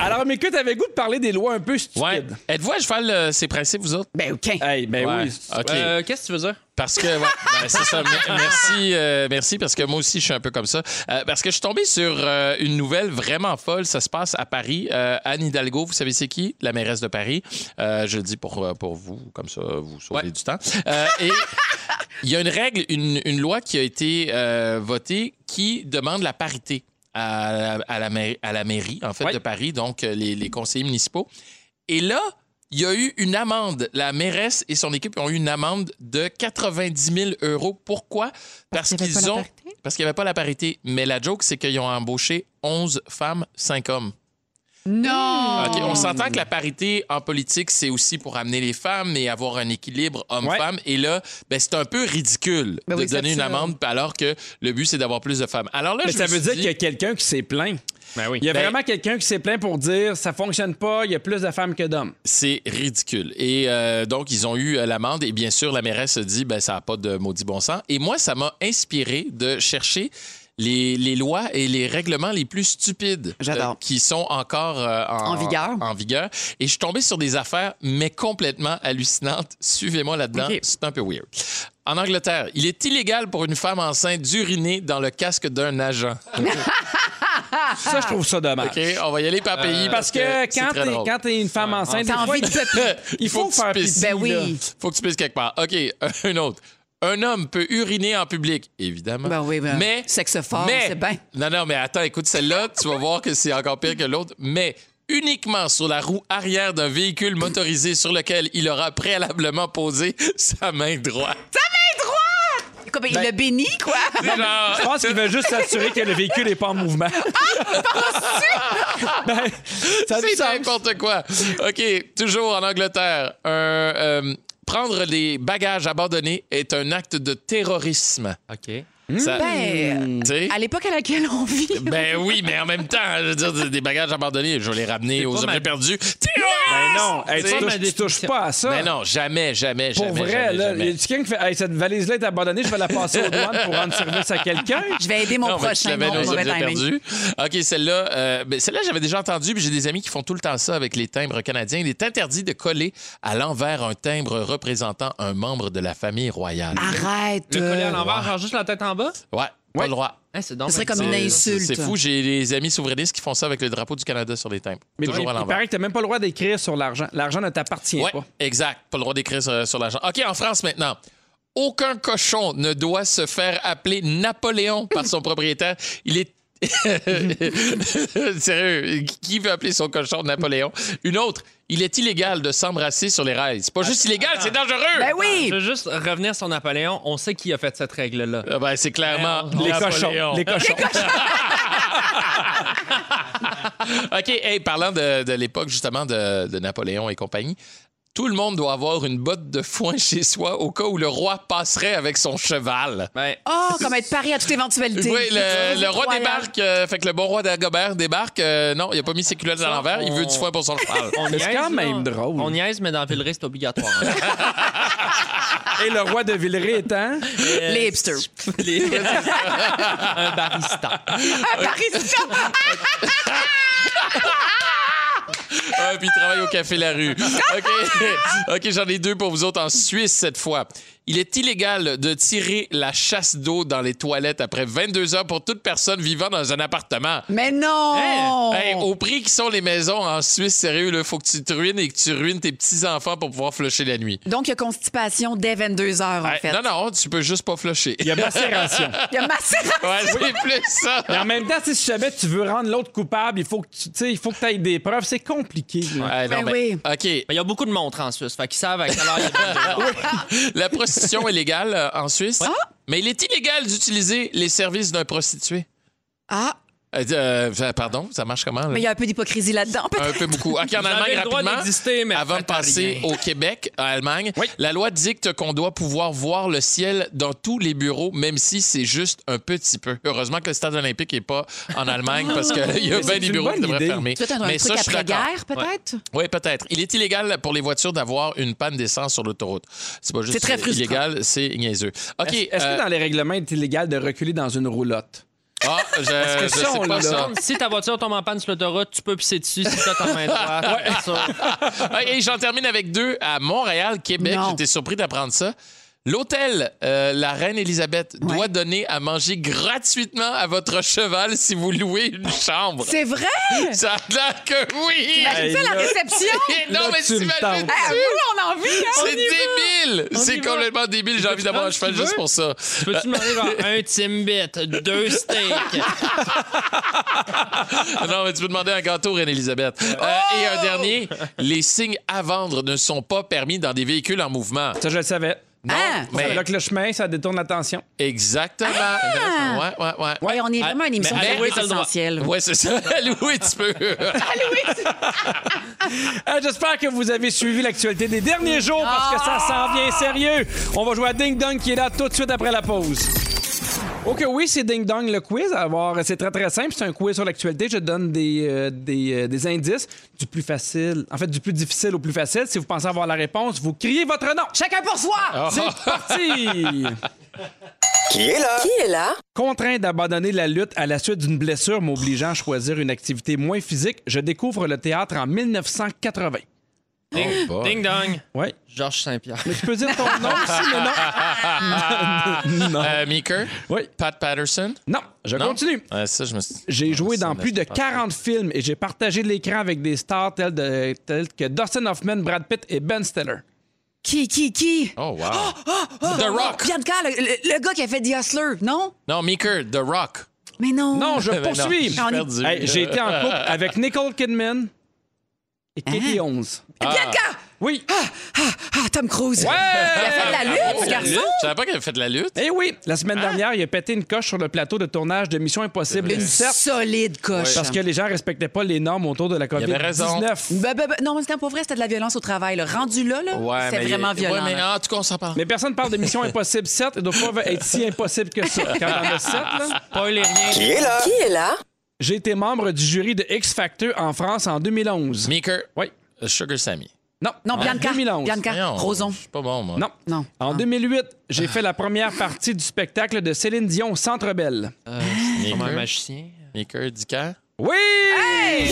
Alors, mais que t'avais le goût de parler des lois un peu
Ouais.
stupides.
Êtes-vous à cheval euh, ces principes, vous autres?
Ben, OK.
Hey, ben
Ouais.
oui.
OK.
Euh, Qu'est-ce que tu veux dire?
Parce que, ouais, ben, c'est ça. Me- Merci, euh, merci, parce que moi aussi, je suis un peu comme ça. Euh, parce que je suis tombé sur euh, une nouvelle vraiment folle. Ça se passe à Paris. Euh, Anne Hidalgo, vous savez c'est qui? La mairesse de Paris. Euh, je le dis pour, euh, pour vous, comme ça, vous sauvez du temps. Euh, et il y a une règle, une, une loi qui a été euh, votée qui demande la parité à, la- à la, mairie, à la mairie, en fait,
Ouais.
de Paris, donc euh, les, les conseillers municipaux. Et là, il y a eu une amende. La mairesse et son équipe ont eu une amende de 90 000 euros. Pourquoi? Parce,
qu'il y avait pas
qu'ils
la
ont.
parité?
Parce qu'il n'y avait pas la parité. Mais la joke, c'est qu'ils ont embauché 11 femmes, 5 hommes.
Non.
OK, on s'entend que la parité en politique, c'est aussi pour amener les femmes et avoir un équilibre homme-femme. Et là, ben, c'est un peu ridicule
Ben
de
oui, c'est
donner une
absurde.
amende alors que le but, c'est d'avoir plus de femmes. Alors là,
Mais
je
ça
me
veut
suis
dire
dit-
qu'il y a quelqu'un qui s'est plaint.
Ben oui.
Il y a
Ben-
vraiment quelqu'un qui s'est plaint pour dire ça fonctionne pas, il y a plus de femmes que d'hommes.
C'est ridicule. Et euh, donc, ils ont eu euh, l'amende. Et bien sûr, la mairesse se dit, ben, ça n'a pas de maudit bon sens. Et moi, ça m'a inspiré de chercher les, les lois et les règlements les plus stupides euh,
J'adore.
qui sont encore euh, en,
En vigueur.
en vigueur. Et je suis tombé sur des affaires, mais complètement hallucinantes. Suivez-moi là-dedans.
OK.
C'est un peu weird. En Angleterre, il est illégal pour une femme enceinte d'uriner dans le casque d'un agent.
Ah.
Ça, je trouve ça dommage.
OK? On va y aller par pays.
Euh, Parce que
c'est
quand
très
t'es-
drôle.
quand t'es une femme enceinte,
T'as
des fois,
envie de
pipi.
il faut,
Faut que tu
faire
pisses.
pipi.
Ben oui.
là.
Faut que tu pisses quelque part. OK, un autre. Un homme peut uriner en public, évidemment.
Ben oui, ben,
mais
sexe fort,
mais-
c'est bien.
Non, non, mais attends, écoute celle-là, tu vas voir que c'est encore pire que l'autre. Mais uniquement sur la roue arrière d'un véhicule motorisé sur lequel il aura préalablement posé sa main droite.
Quoi, ben, il le bénit, quoi.
C'est genre-
Je pense qu'il veut juste s'assurer que le véhicule n'est pas en mouvement. Ben, ça a du
C'est
sens.
n'importe quoi. OK, toujours en Angleterre, un, euh, prendre les bagages abandonnés est un acte de terrorisme.
OK.
Ça-
Ben,
tu sais?
à l'époque à laquelle on vit.
Ben oui, mais en même temps, je veux dire, des bagages abandonnés, je vais les ramener aux
pas
objets
ma-
perdus.
Ben non, hey, tu,
C'est
touches,
ma
tu touches
définition.
pas à ça.
Mais Ben non, jamais, jamais,
Pour
jamais.
vrai,
jamais,
là,
jamais.
y a quelqu'un qui fait Hey, cette valise-là est abandonnée, je vais la passer aux douanes pour rendre service à quelqu'un.
Je vais aider mon
Non, mais tu
prochain.
l'avais
Mon
dans les
mauvais
objets
timing.
perdus. OK, celle-là, euh, ben, celle-là, j'avais déjà entendu, puis j'ai des amis qui font tout le temps ça avec les timbres canadiens. Il est interdit de coller à l'envers un timbre représentant un membre de la famille royale.
Arrête.
Le collier à
euh,
l'envers, genre juste la tête en bas?
Ouais, pas le droit.
Hein, c'est donc
Ce serait
bien
comme une
bizarre.
Ah. insulte.
C'est fou, j'ai des amis souverainistes qui font ça avec le drapeau du Canada sur les timbres.
Mais il,
Toujours à
il
l'envers.
paraît que t'as même pas le droit d'écrire sur l'argent. L'argent ne t'appartient
Ouais,
pas.
exact. Pas le droit d'écrire sur, sur l'argent. OK, en France maintenant. Aucun cochon ne doit se faire appeler Napoléon par son propriétaire. Il est. Sérieux, qui veut appeler son cochon Napoléon? Une autre, il est illégal de s'embrasser sur les rails. C'est pas juste illégal, c'est dangereux!
Ben oui.
Je veux juste revenir sur Napoléon. On sait qui a fait cette règle-là.
Ah ben, c'est clairement
Les
Napoléon.
cochons. Les cochons.
OK, hey, parlant de, de l'époque justement de, de Napoléon et compagnie, tout le monde doit avoir une botte de foin chez soi au cas où le roi passerait avec son cheval.
Ben,
Oh, comme être pari à toute éventualité.
Oui, le, le roi
Incroyable.
débarque. euh, fait que le bon roi d'Agobert débarque. euh, non, il a pas mis ses culottes à l'envers. Il veut du foin pour son cheval.
on
Mais c'est
niaise,
quand
là.
même drôle.
On niaise, mais dans Villeray, c'est obligatoire. hein.
Et le roi de Villeray étant.
Les hipsters.
Un barista. Ben,
Un barista.
Ah, puis il travaille au café La Rue. OK, OK, j'en ai deux pour vous autres en Suisse cette fois. Il est illégal de tirer la chasse d'eau dans les toilettes après 22 heures pour toute personne vivant dans un appartement.
Mais non.
Hein? Hey, oh. au prix qui sont les maisons en Suisse, sérieux, il faut que tu te ruines et que tu ruines tes petits-enfants pour pouvoir flusher la nuit.
Donc, il y a constipation dès 22 heures, en
Hey,
fait.
non, non, tu peux juste pas flusher.
Il y a macération.
Il y a macération.
Ouais, c'est plus ça.
Mais en même temps, si jamais tu veux rendre l'autre coupable, il faut que tu tu sais, aies des preuves. C'est compliqué. là.
Ouais, non,
Ben
ben, OK.
Mais il y a beaucoup de montres en Suisse. Fait qu'ils savent à quelle heure il est dans le bar.
La prostitution est légale euh, en Suisse. Mais il est illégal d'utiliser les services d'un prostitué.
Ah,
Euh, euh, pardon, ça marche comment? là?
Mais il y a un peu d'hypocrisie là-dedans.
Un peu beaucoup. OK, en
Vous avez
Allemagne,
le droit
rapidement,
d'exister, mais
avant de
faites
passer
rien.
au Québec, à Allemagne,
Oui.
la loi dicte qu'on doit pouvoir voir le ciel dans tous les bureaux, même si c'est juste un petit peu. Heureusement que le stade olympique n'est pas en Allemagne, parce qu'il y
Mais
a bien
c'est
des
une
bureaux
bonne
qui devraient
idée.
fermer.
Tu as un
Mais ça,
truc
je suis d'accord.
après-guerre, peut-être?
Oui, peut-être. Il est illégal pour les voitures d'avoir une panne d'essence sur l'autoroute. C'est pas juste
C'est très frustrant.
illégal, c'est niaiseux. OK.
Est-ce est-ce
euh,
que dans les règlements, il est illégal de reculer dans une roulotte?
ah, je,
que
je
ça, on
sais
l'a?
pas ça.
Si ta voiture tombe en panne sur l'autoroute, tu peux pisser dessus si t'as ta main droite. Ça.
Ouais, Ah, Et j'en termine avec deux à Montréal, Québec.
Non.
J'étais surpris d'apprendre ça. L'hôtel, euh, la reine Elisabeth, doit
Ouais.
donner à manger gratuitement à votre cheval si vous louez une chambre.
C'est vrai!
Ça a l'air que oui!
Imagine ça, la réception!
Et non,
Là,
mais
tu me
t'imagines,
tentes.
Ah, oui, on a envie! hein?
c'est débile!
On
C'est
y va.
complètement débile. J'ai envie d'avoir un
prendre ce
cheval
que tu
juste
veux?
pour ça.
Tu peux-tu demander genre, un Timbit, deux steaks?
Ah non, mais tu peux demander un gâteau, Reine-Élisabeth. Euh, et
Oh!
un dernier, les signes à vendre ne sont pas permis dans des véhicules en mouvement.
Ça, je le savais.
Non,
Ah!
Ça
mais
bloque le chemin, ça détourne l'attention.
exactement. Ouais, ouais, ouais. Ah,
Hey, on Ah! est vraiment une émission
mais-
de
mais-
service essentiel.
Ouais, c'est ça. Louis, tu peux.
Euh, J'espère que vous avez suivi l'actualité des derniers jours parce que ça s'en vient sérieux. On va jouer à Ding Dong qui est là tout de suite après la pause. Ok, Oh oui, c'est Ding Dong le quiz. Alors, c'est très très simple. C'est un quiz sur l'actualité. Je donne des, euh, des, euh, des indices du plus facile, en fait, du plus difficile au plus facile. Si vous pensez avoir la réponse, vous criez votre nom.
Chacun pour soi!
C'est parti!
Qui est là?
Contraint d'abandonner la lutte à la suite d'une blessure m'obligeant à choisir une activité moins physique, je découvre le théâtre en 1980.
Ding dong.
Oui.
Georges Saint-Pierre.
Mais tu peux dire ton nom aussi, mais non.
Euh, Meeker.
Oui.
Pat Patterson.
Non, je
Non?
continue.
Ouais, ça, je me suis-
J'ai
Ouais,
joué
ça
dans
me
plus de
laisse pas.
40 films et j'ai partagé l'écran avec des stars telles, de- telles que Dustin Hoffman, Brad Pitt et Ben Stiller.
Qui, qui, qui?
Oh, wow.
Ah,
The Rock.
Bianca, le, le- le gars qui a fait The Hustler, non?
Non, Meeker, The Rock.
Mais non!
Non, je
Ben non,
poursuis.
Ah,
j'ai perdu.
Hey, j'ai été en couple avec Nicole Kidman et Katie Holmes.
Bianca!
Oui.
Ah, Tom Cruise! Il a fait de
Oh,
la lutte, ce
la lutte?
garçon!
Je savais pas qu'elle avait fait de la lutte.
Eh oui, la semaine dernière, il a pété une coche sur le plateau de tournage de Mission Impossible
Une
7
solide coche. hein.
parce que les gens respectaient pas les normes autour de la
avait raison.
COVID-19.
Ben, ben, ben, non, mais c'était pas vrai, c'était de la violence au travail. là. Rendu là, là
Ouais,
c'est
mais-
vraiment
ouais,
violent.
mais
là.
en tout cas, on s'en parle.
Mais personne parle de Mission Impossible 7. Il doit pas être si impossible que ça. Quand on a 7, là.
Pas les rien.
Qui est là?
J'ai été membre du jury de X Factor en France en 2011.
Meeker. euh,
Oui.
Sugar Sammy.
Non.
Non, Bianca.
2011.
Bianca.
Voyons,
Roson.
Je suis pas bon, moi.
Non.
Non. Ah.
En 2008, j'ai fait la première partie du spectacle de Céline Dion au Centre Belle.
Comme un
Meeker,
magicien.
Meeker Dicker.
Oui!
Ben,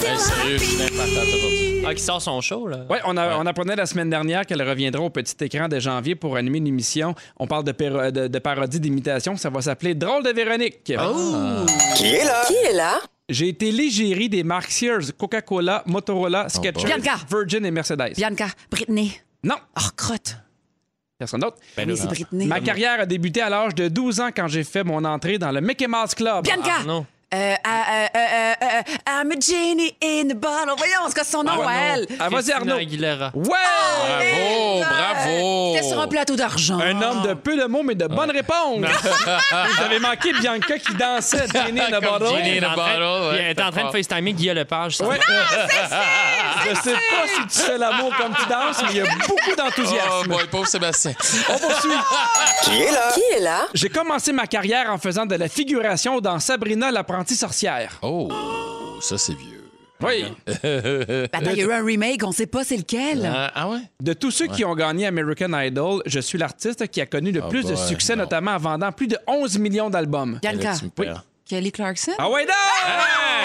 sérieux, je suis n'importe aujourd'hui.
Ah, qui sort son show, là.
Ouais, on, a- on apprenait la semaine dernière qu'elle reviendra au petit écran de janvier pour animer une émission. On parle de, péro- de, de parodie d'imitation. Ça va s'appeler Drôle de Véronique.
Oh!
Qui est là?
J'ai été l'égérie des marques Sears, Coca-Cola,
Oh,
Motorola, Skechers,
Bianca.
Virgin et Mercedes.
Bianca. Britney.
Non,
Oh, crotte.
personne d'autre.
Ben,
oui, c'est Britney.
Ma carrière a débuté à l'âge de 12 ans quand j'ai fait mon entrée dans le Mickey Mouse Club.
Bianca.
Arnaud.
Euh, euh, euh, euh, euh, I'm a genie in a bottle. Voyons, c'est quoi son nom, elle?
Ah, vas-y,
Christina
Arnaud.
Aguilera.
Ouais!
Bravo, Ah, bravo.
Eh ben, C'était Euh, sur un plateau d'argent.
Un
Oh!
homme de peu de mots, mais
Ah.
de bonnes réponses. Vous avez manqué Bianca qui dansait Jenny in a
Comme
bottle.
Jenny.
Elle est en train-
Bottle, ouais,
puis elle est en train de FaceTimer Guillaume Lepage. ça.
Ouais. Je sais pas si tu fais l'amour comme tu danses, mais il y a beaucoup
Oh,
d'enthousiasme.
boy, pauvre Sébastien.
On poursuit.
Qui est là?
Oh.
J'ai commencé ma carrière en faisant de la figuration dans Sabrina l'apprentie sorcière.
Oh, ça, c'est vieux.
Oui.
Ben, attends, il y a eu un remake, on sait pas c'est lequel.
Ah, ah ouais? Ah
De tous ceux qui ont gagné American Idol, je suis l'artiste qui a connu le plus de
boy,
succès,
non.
notamment en vendant plus de 11 millions d'albums.
Bianca.
Là, tu me perds.
Kelly Clarkson.
Ah ouais, non!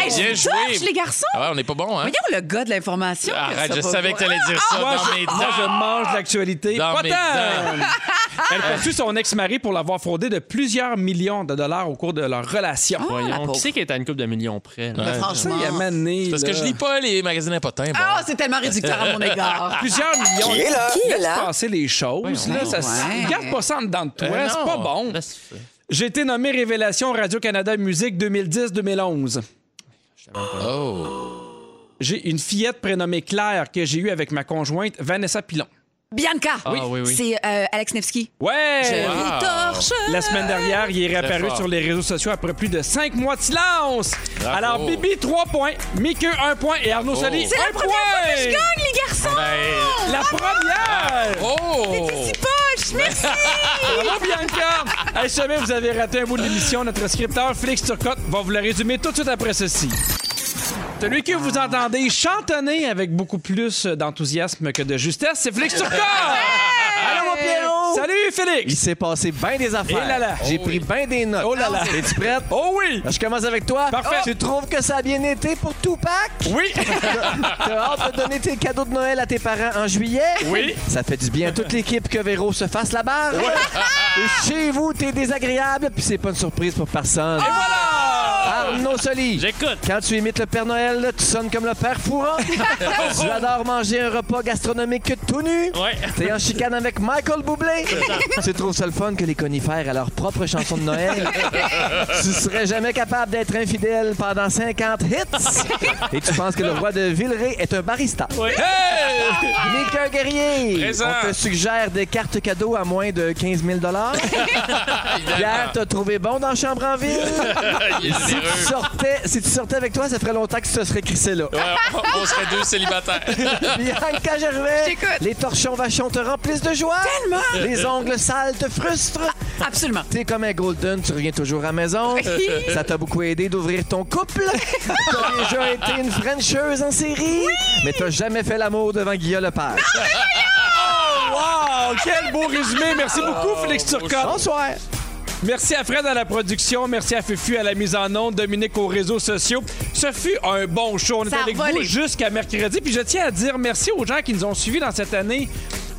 Hey,
bien
je suis
joué.
torche, les garçons.
Ah ouais, on n'est pas bon, hein?
Voyons le gars de l'information.
Arrête,
Ça
je
va
savais
pas.
que t'allais dire ça
Moi,
dans
je,
mes
moi, je
dents.
mange l'actualité.
Dans
Pas
mes
tant.
dents.
Elle poursuit son ex-mari pour l'avoir fraudé de plusieurs millions de dollars au cours de leur relation.
Ah, la
Voyons. Euh,
pauvre.
Qui c'est qui est à une coupe de millions près? là?
Mais
Ça,
Franchement.
il y a mané,
Parce
là.
que je lis pas les magazines impotins. Bon.
Ah, c'est tellement réducteur à mon
Ah.
égard.
Plusieurs millions.
Ah, Qui est là?
Laisse passer les choses. là, ça,
Ouais.
Garde pas ça en dedans de toi.
Euh,
c'est
non.
pas bon.
Là, c'est-
J'ai été nommé Révélation Radio-Canada Musique 2010-2011.
Oh.
J'ai une fillette prénommée Claire que j'ai eue avec ma conjointe Vanessa Pilon.
Bianca.
Oui. oui, oui.
C'est euh, Alex Nevsky.
Ouais!
Je
Ah, Wow.
vous torche.
La semaine dernière, il est réapparu
fort.
sur les réseaux sociaux après plus de cinq mois de silence.
Bravo.
Alors, Bibi, 3 points. Mickey, 1 point. Et Arnaud
Bravo.
Soli,
C'est
1 point.
Je gagne, les garçons!
Ben,
La première!
oh!
Si poche! Merci!
Bravo, Bianca! Hey, jamais vous avez raté un bout de l'émission. Notre scripteur, Félix Turcotte, va vous le résumer tout de suite après ceci. Celui que vous entendez chantonner avec beaucoup plus d'enthousiasme que de justesse, c'est Félix Turcotte!
Allô, mon Pierrot!
Salut,
Il
Félix!
s'est passé bien des affaires.
Et là là.
J'ai
Oh
pris
oui.
bien des notes.
Oh là là.
Es-tu prête?
Oh oui!
Je commence avec toi.
Parfait.
Tu trouves que ça a bien été pour Tupac?
Oui!
T'as hâte de donner tes cadeaux de Noël à tes parents en juillet?
Oui.
Ça fait du bien à toute l'équipe que Véro se fasse la barre. Et chez vous, t'es désagréable, puis c'est pas une surprise pour personne. Arnaud Soli.
J'écoute.
Quand tu imites le Père Noël, tu sonnes comme le Père Fourant. tu adores manger un repas gastronomique tout nu.
Ouais.
T'es en chicane avec Michael Bublé. tu trouves ça le fun que les conifères à leur propre chanson de Noël. tu serais jamais capable d'être infidèle pendant 50 hits. Et tu penses que le roi de Villeray est un barista.
Hey!
Mickey Guerrier,
Présent.
on te suggère des cartes cadeaux à moins de 15 000 Pierre, t'as trouvé bon dans Chambre en ville?
Il est
si, tu
généreux.
sortais, si tu sortais avec toi, ça ferait longtemps que tu te serais crissé là.
Ouais, on serait deux célibataires.
Bianca Gervais, les torchons vachons te remplissent de joie. Tellement! Les ongles sales te frustrent.
Absolument.
T'es comme un golden, tu reviens toujours à la maison. Ça t'a beaucoup aidé d'ouvrir ton couple. T'as déjà été une Frencheuse en série. Mais t'as jamais fait l'amour devant Guillaume Lepage.
Wow! Oh, Quel beau résumé! Merci beaucoup, Félix Turcotte.
Ah. Bonsoir.
Merci à Fred à la production. Merci à Fufu à la mise en onde. Dominique aux réseaux sociaux. Ce fut un bon show. On est
Ça a
avec
volé.
vous jusqu'à mercredi. Puis je tiens à dire merci aux gens qui nous ont suivis dans cette année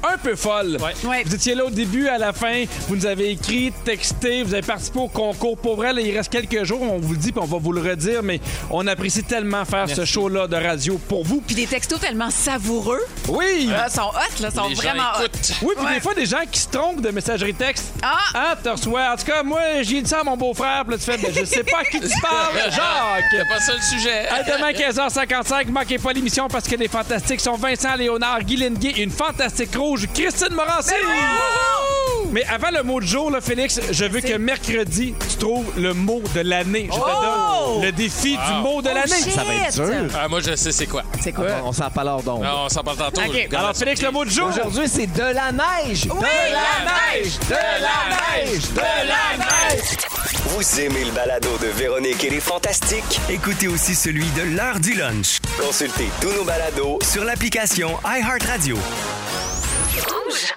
un peu folle.
Ouais.
Vous étiez là au début, à la fin. Vous nous avez écrit, texté, vous avez participé au concours. Pour vrai, là, il reste quelques jours. On vous le dit, puis on va vous le redire. Mais on apprécie tellement faire ce show-là de radio pour vous.
Puis des textos tellement savoureux.
Oui!
Ils sont hot, là. sont
Les gens
vraiment hot.
écoutent.
Oui, puis des fois, des gens qui se trompent de messagerie texte.
Ah!
Hein, tu reçois. En tout cas, moi, j'ai dit ça à mon beau-frère, puis là, tu fais, ben, je sais pas à qui tu parles,
C'est
Jacques!
pas ça le sujet.
À demain, 15h55. Manquez pas l'émission parce que les fantastiques sont Vincent Léonard, Guy Lenguet, une fantastique rouge, Christine Morancy! Mais avant le mot du jour, là, Félix, je veux que mercredi, tu trouves le mot de l'année. Je te donne le défi du mot de l'année.
Ça va être dur.
Ah, moi, je sais c'est quoi.
C'est quoi?
On s'en parle hors d'onde.
Non, on s'en parle tantôt.
Ok.
Je-
Alors, Félix, le mot du jour!
Aujourd'hui, c'est de la neige. De
la neige!
De la neige! De la neige!
Vous aimez le balado de Véronique et les Fantastiques?
Écoutez aussi celui de l'heure du lunch
Consultez tous nos balados
sur l'application iHeartRadio.
Rouge.